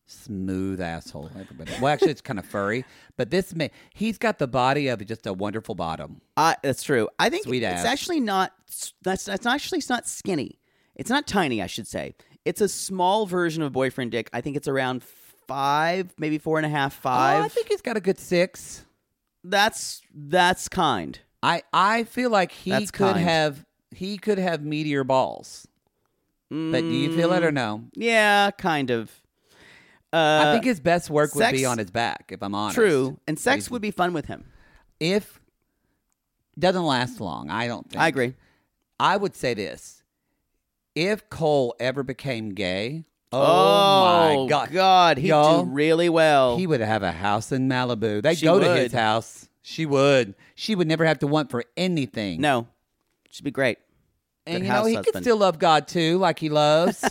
[SPEAKER 3] Smooth asshole. Everybody. Well, actually, it's kind of furry, but this man, he's got the body of just a wonderful bottom.
[SPEAKER 2] I, that's true. I think
[SPEAKER 3] Sweet
[SPEAKER 2] it's
[SPEAKER 3] ass.
[SPEAKER 2] actually not. That's that's not- actually it's not skinny. It's not tiny. I should say it's a small version of boyfriend dick. I think it's around five, maybe four and a half, five.
[SPEAKER 3] Oh, I think he's got a good six.
[SPEAKER 2] that's that's kind.
[SPEAKER 3] I I feel like he
[SPEAKER 2] That's
[SPEAKER 3] could
[SPEAKER 2] kind.
[SPEAKER 3] have he could have meteor balls. But do you feel it or no?
[SPEAKER 2] Yeah, kind of. Uh,
[SPEAKER 3] I think his best work would be
[SPEAKER 2] sex-
[SPEAKER 3] on his back, if I'm honest.
[SPEAKER 2] true. And sex would be fun with him.
[SPEAKER 3] if doesn't last long. I don't think.
[SPEAKER 2] I agree.
[SPEAKER 3] I would say this: if Cole ever became gay, oh, my god,
[SPEAKER 2] Oh, he'd
[SPEAKER 3] Y'all,
[SPEAKER 2] do really well.
[SPEAKER 3] he would have a house in Malibu. They
[SPEAKER 2] She
[SPEAKER 3] go to his
[SPEAKER 2] would.
[SPEAKER 3] house. She would. She would never have to want for anything.
[SPEAKER 2] no, should be great.
[SPEAKER 3] and
[SPEAKER 2] good
[SPEAKER 3] you know
[SPEAKER 2] house
[SPEAKER 3] he could
[SPEAKER 2] husband.
[SPEAKER 3] still love God too, like he loves.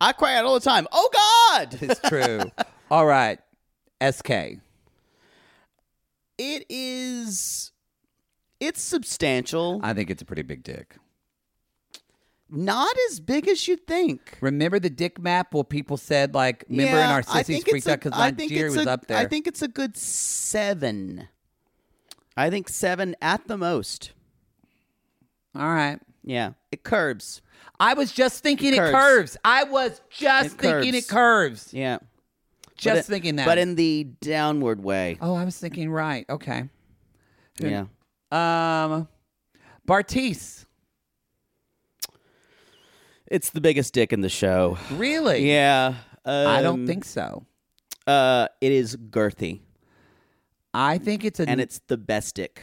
[SPEAKER 2] I cry out all the time. Oh God.
[SPEAKER 3] it's true. All right, SK.
[SPEAKER 2] It is. It's substantial.
[SPEAKER 3] I think it's a pretty big dick.
[SPEAKER 2] Not as big as you think.
[SPEAKER 3] Remember the dick map? Well, people said like, remember in
[SPEAKER 2] Yeah,
[SPEAKER 3] our
[SPEAKER 2] I
[SPEAKER 3] sissies
[SPEAKER 2] think
[SPEAKER 3] freaked
[SPEAKER 2] it's a-
[SPEAKER 3] out because
[SPEAKER 2] I
[SPEAKER 3] last
[SPEAKER 2] think
[SPEAKER 3] year
[SPEAKER 2] it's
[SPEAKER 3] was
[SPEAKER 2] a-
[SPEAKER 3] up there.
[SPEAKER 2] I think it's a good seven. I think seven at the most.
[SPEAKER 3] All right.
[SPEAKER 2] Yeah, it curbs.
[SPEAKER 3] I was just thinking it curves.
[SPEAKER 2] Curves.
[SPEAKER 3] I was just
[SPEAKER 2] It
[SPEAKER 3] thinking
[SPEAKER 2] curves.
[SPEAKER 3] it curves.
[SPEAKER 2] Yeah,
[SPEAKER 3] Just
[SPEAKER 2] But it-
[SPEAKER 3] thinking that.
[SPEAKER 2] but in the downward way.
[SPEAKER 3] oh, I was thinking right. Okay.
[SPEAKER 2] Yeah,
[SPEAKER 3] Um, Bartice.
[SPEAKER 2] it's the biggest dick in the show.
[SPEAKER 3] Really?
[SPEAKER 2] Yeah,
[SPEAKER 3] I
[SPEAKER 2] um,
[SPEAKER 3] don't think so.
[SPEAKER 2] Uh, it is girthy,
[SPEAKER 3] I think it's a.
[SPEAKER 2] and it's the best dick.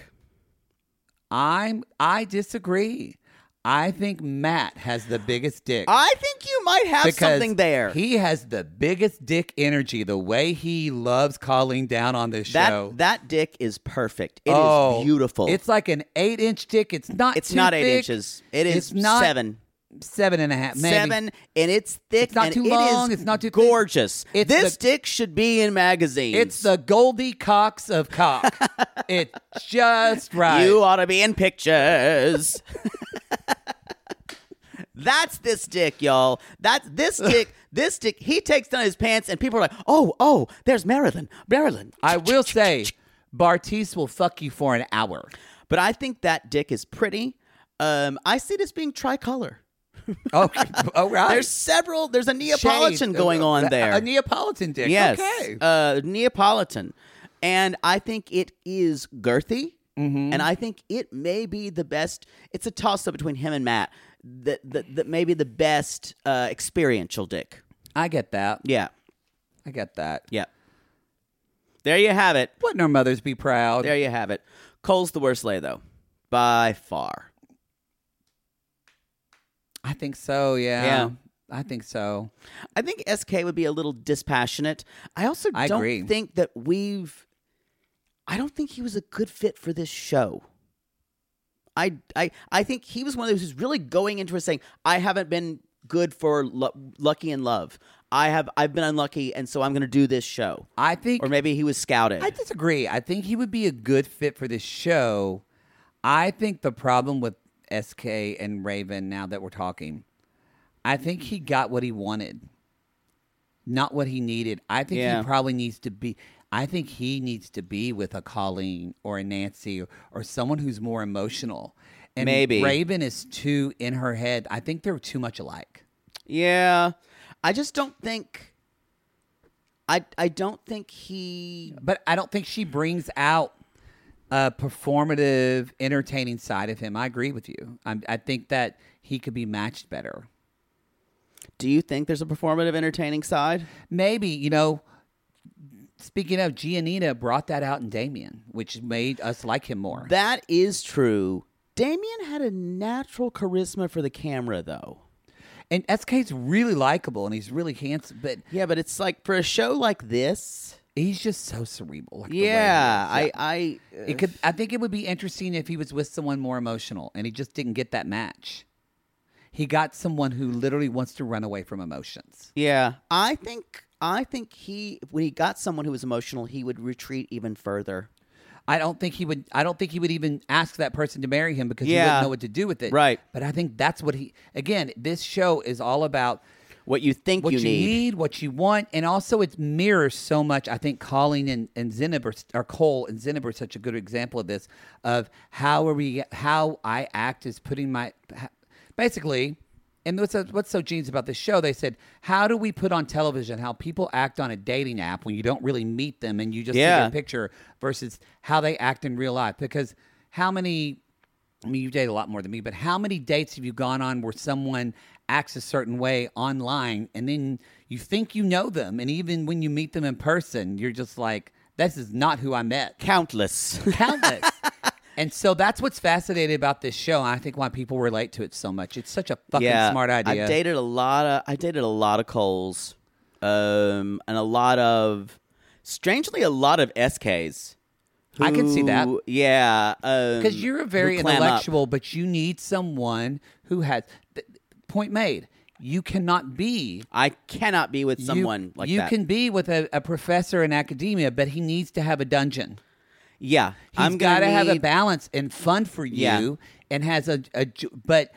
[SPEAKER 3] I'm I disagree. I think Matt has the biggest dick.
[SPEAKER 2] I think you might have
[SPEAKER 3] because
[SPEAKER 2] something there.
[SPEAKER 3] He has the biggest dick energy. The way he loves calling down on this
[SPEAKER 2] that
[SPEAKER 3] show.
[SPEAKER 2] that dick is perfect. It is
[SPEAKER 3] Oh,
[SPEAKER 2] beautiful.
[SPEAKER 3] It's like an eight inch dick. It's not.
[SPEAKER 2] it's
[SPEAKER 3] too
[SPEAKER 2] not eight
[SPEAKER 3] thick.
[SPEAKER 2] inches. It is
[SPEAKER 3] It's not
[SPEAKER 2] seven.
[SPEAKER 3] Seven and a half. Maybe.
[SPEAKER 2] Seven, and it's thick.
[SPEAKER 3] It's not
[SPEAKER 2] and
[SPEAKER 3] too
[SPEAKER 2] it is
[SPEAKER 3] long, it's not too thin.
[SPEAKER 2] gorgeous.
[SPEAKER 3] It's
[SPEAKER 2] this
[SPEAKER 3] the-
[SPEAKER 2] dick should be in magazines.
[SPEAKER 3] It's the Goldie Cox of cock. it's just right.
[SPEAKER 2] You ought to be in pictures. That's this dick, y'all. That's this dick. This dick. He takes down his pants, and people are like, "Oh, oh, there's Marilyn, Marilyn."
[SPEAKER 3] I will say, Bartiz will fuck you for an hour.
[SPEAKER 2] But I think that dick is pretty. Um, I see this being tricolor.
[SPEAKER 3] Oh, all right.
[SPEAKER 2] There's several. There's a Neapolitan
[SPEAKER 3] Shades.
[SPEAKER 2] going on
[SPEAKER 3] A-
[SPEAKER 2] there.
[SPEAKER 3] A Neapolitan dick.
[SPEAKER 2] Yes.
[SPEAKER 3] Okay.
[SPEAKER 2] Uh, Neapolitan. And I think it is girthy. And I think it may be the best. It's a toss up between him and Matt. That that, that may be the best uh, experiential dick.
[SPEAKER 3] I get that.
[SPEAKER 2] Yeah.
[SPEAKER 3] I get that.
[SPEAKER 2] Yeah. There you have it.
[SPEAKER 3] Wouldn't our mothers be proud?
[SPEAKER 2] There you have it. Cole's the worst lay though, by far.
[SPEAKER 3] I think so. Yeah.
[SPEAKER 2] Yeah.
[SPEAKER 3] I think so.
[SPEAKER 2] I think SK would be a little dispassionate. I also
[SPEAKER 3] I
[SPEAKER 2] don't
[SPEAKER 3] agree.
[SPEAKER 2] think that we've. I don't think he was a good fit for this show. I I I think he was one of those who's really going into it saying, "I haven't been good for lu- lucky in love. I have I've been unlucky, and so I'm going to do this show."
[SPEAKER 3] I think.
[SPEAKER 2] Or maybe he was scouted.
[SPEAKER 3] I disagree. I think he would be a good fit for this show. I think the problem with SK and Raven, now that we're talking, I think he got what he wanted, not what he needed. I think
[SPEAKER 2] Yeah.
[SPEAKER 3] he probably needs to be. I think he needs to be with a Colleen or a Nancy or, or someone who's more emotional. And
[SPEAKER 2] Maybe.
[SPEAKER 3] Raven is too in her head. I think they're too much alike.
[SPEAKER 2] yeah, I just don't think. I I don't think he.
[SPEAKER 3] But I don't think she brings out a performative, entertaining side of him. I agree with you. i I think that he could be matched better.
[SPEAKER 2] Do you think there's a performative, entertaining side?
[SPEAKER 3] Maybe, you know, speaking of, Giannina brought that out in Damien, which made us like him more.
[SPEAKER 2] That is true. Damien had a natural charisma for the camera, though.
[SPEAKER 3] and SK's really likable and he's really handsome, but
[SPEAKER 2] Yeah, but it's like for a show like this.
[SPEAKER 3] he's just so cerebral. like the way he
[SPEAKER 2] Yeah,
[SPEAKER 3] is.
[SPEAKER 2] I, I, uh,
[SPEAKER 3] It could. I think it would be interesting if he was with someone more emotional, and he just didn't get that match. He got someone who literally wants to run away from emotions.
[SPEAKER 2] yeah, I think, I think he, when he got someone who was emotional, he would retreat even further.
[SPEAKER 3] I don't think he would. I don't think he would even ask that person to marry him because he
[SPEAKER 2] Yeah.
[SPEAKER 3] wouldn't know what to do with it.
[SPEAKER 2] Right.
[SPEAKER 3] But I think that's what he. Again, this show is all about
[SPEAKER 2] What you think
[SPEAKER 3] what
[SPEAKER 2] you,
[SPEAKER 3] you, need. what you want, and also it mirrors so much. I think Colleen and and Zenib are, or Cole and Zenib are such a good example of this. Of how are we? How I act is putting my ha- basically. And what's so, what's so genius about this show? They said, how do we put on television how people act on a dating app when you don't really meet them and you just see
[SPEAKER 2] Yeah.
[SPEAKER 3] their picture versus how they act in real life? Because how many I mean, you date a lot more than me, but how many dates have you gone on where someone acts a certain way online and then you think you know them? And even when you meet them in person, you're just like, this is not who I met.
[SPEAKER 2] Countless.
[SPEAKER 3] Countless. and so that's what's fascinating about this show. And I think why people relate to it so much. It's such a fucking
[SPEAKER 2] yeah,
[SPEAKER 3] smart idea.
[SPEAKER 2] I dated a lot of, I dated a lot of Coles, um, and a lot of, strangely, a lot of SKs.
[SPEAKER 3] I can see that.
[SPEAKER 2] who- Yeah, um, because
[SPEAKER 3] because you're a very intellectual, but you need someone who has. Th- point made. You cannot be
[SPEAKER 2] I cannot be with
[SPEAKER 3] you-
[SPEAKER 2] someone like
[SPEAKER 3] you
[SPEAKER 2] that.
[SPEAKER 3] can be with a, a professor in academia, but he needs to have a dungeon.
[SPEAKER 2] yeah,
[SPEAKER 3] He's
[SPEAKER 2] I'm
[SPEAKER 3] got to have a
[SPEAKER 2] need-
[SPEAKER 3] balance and fun for you,
[SPEAKER 2] Yeah.
[SPEAKER 3] and has a, a ju- but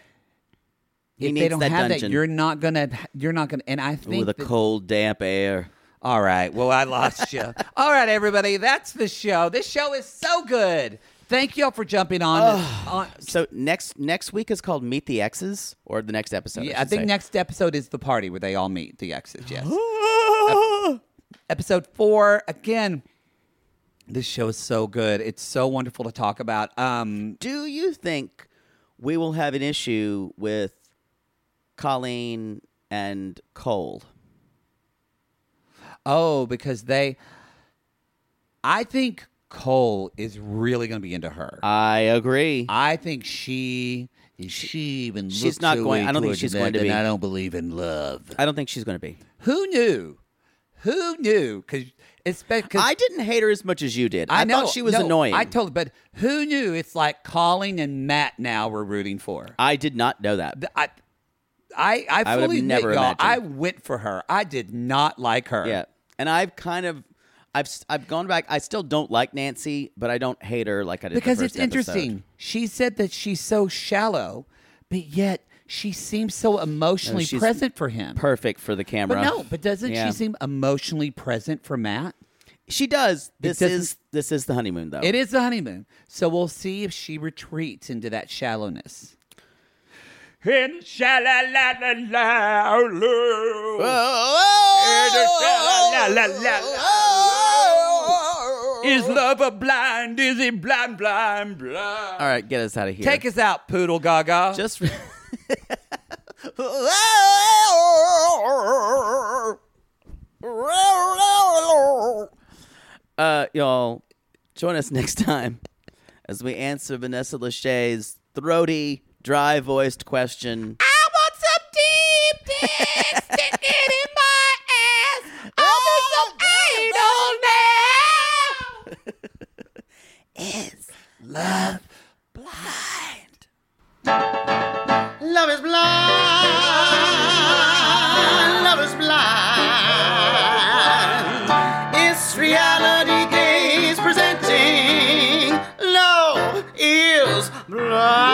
[SPEAKER 2] He
[SPEAKER 3] if
[SPEAKER 2] needs
[SPEAKER 3] they don't
[SPEAKER 2] that
[SPEAKER 3] have
[SPEAKER 2] dungeon.
[SPEAKER 3] that, you're not gonna you're not gonna. And I think
[SPEAKER 2] Ooh, the
[SPEAKER 3] that-
[SPEAKER 2] cold, damp air.
[SPEAKER 3] all right, well I lost you. All right, everybody, that's the show. This show is so good. Thank y'all for jumping on. on
[SPEAKER 2] So next next week is called Meet the X's, or the next episode.
[SPEAKER 3] yeah, I
[SPEAKER 2] should
[SPEAKER 3] think
[SPEAKER 2] say.
[SPEAKER 3] next episode is the party where they all meet the exes. Yes. Ep- episode four again. This show is so good. It's so wonderful to talk about. Um,
[SPEAKER 2] Do you think we will have an issue with Colleen and Cole?
[SPEAKER 3] Oh, because they. I think Cole is really going to be into her.
[SPEAKER 2] I agree.
[SPEAKER 3] I think she is she even.
[SPEAKER 2] She's
[SPEAKER 3] looks
[SPEAKER 2] not
[SPEAKER 3] so
[SPEAKER 2] going- I don't think
[SPEAKER 3] awkward
[SPEAKER 2] she's
[SPEAKER 3] in
[SPEAKER 2] going
[SPEAKER 3] that,
[SPEAKER 2] to
[SPEAKER 3] then
[SPEAKER 2] be.
[SPEAKER 3] I don't believe in love.
[SPEAKER 2] I don't think she's going to be.
[SPEAKER 3] Who knew? Who knew? Because especially
[SPEAKER 2] I didn't hate her as much as you did. I,
[SPEAKER 3] know
[SPEAKER 2] thought she was
[SPEAKER 3] no,
[SPEAKER 2] annoying.
[SPEAKER 3] I told, but who knew? It's like Colleen and Matt now we're rooting for.
[SPEAKER 2] I did not know that.
[SPEAKER 3] Th- I, I, I
[SPEAKER 2] I would have
[SPEAKER 3] fully admit,
[SPEAKER 2] never
[SPEAKER 3] y'all,
[SPEAKER 2] imagined.
[SPEAKER 3] I went for her. I did not like her.
[SPEAKER 2] Yeah, and I've kind of, I've s- I've gone back. I still don't like Nancy, but I don't hate her like I did. the
[SPEAKER 3] because
[SPEAKER 2] first
[SPEAKER 3] it's interesting.
[SPEAKER 2] episode.
[SPEAKER 3] She said that she's so shallow, but yet she seems so emotionally
[SPEAKER 2] she's
[SPEAKER 3] present for him.
[SPEAKER 2] Perfect for the
[SPEAKER 3] But
[SPEAKER 2] camera.
[SPEAKER 3] no, but doesn't
[SPEAKER 2] Yeah.
[SPEAKER 3] she seem emotionally present for Matt?
[SPEAKER 2] She does. This
[SPEAKER 3] doesn't-
[SPEAKER 2] is this is the honeymoon though.
[SPEAKER 3] It is the honeymoon, so we'll see if she retreats into that shallowness. In shalalalalalalu. In shalalalalalalalu. Is love a blind? Is it blind, blind, blind?
[SPEAKER 2] All right, get us out of here.
[SPEAKER 3] Take us out, Poodle Gaga.
[SPEAKER 2] just. uh, y'all, join us next time as we answer Vanessa Lachey's throaty, dry voiced question.
[SPEAKER 3] I want some deep dick sticking in my ass. I want some anal now. Is love blind?
[SPEAKER 5] Love is blind. Love is blind. It's reality gaze presenting. Love is blind.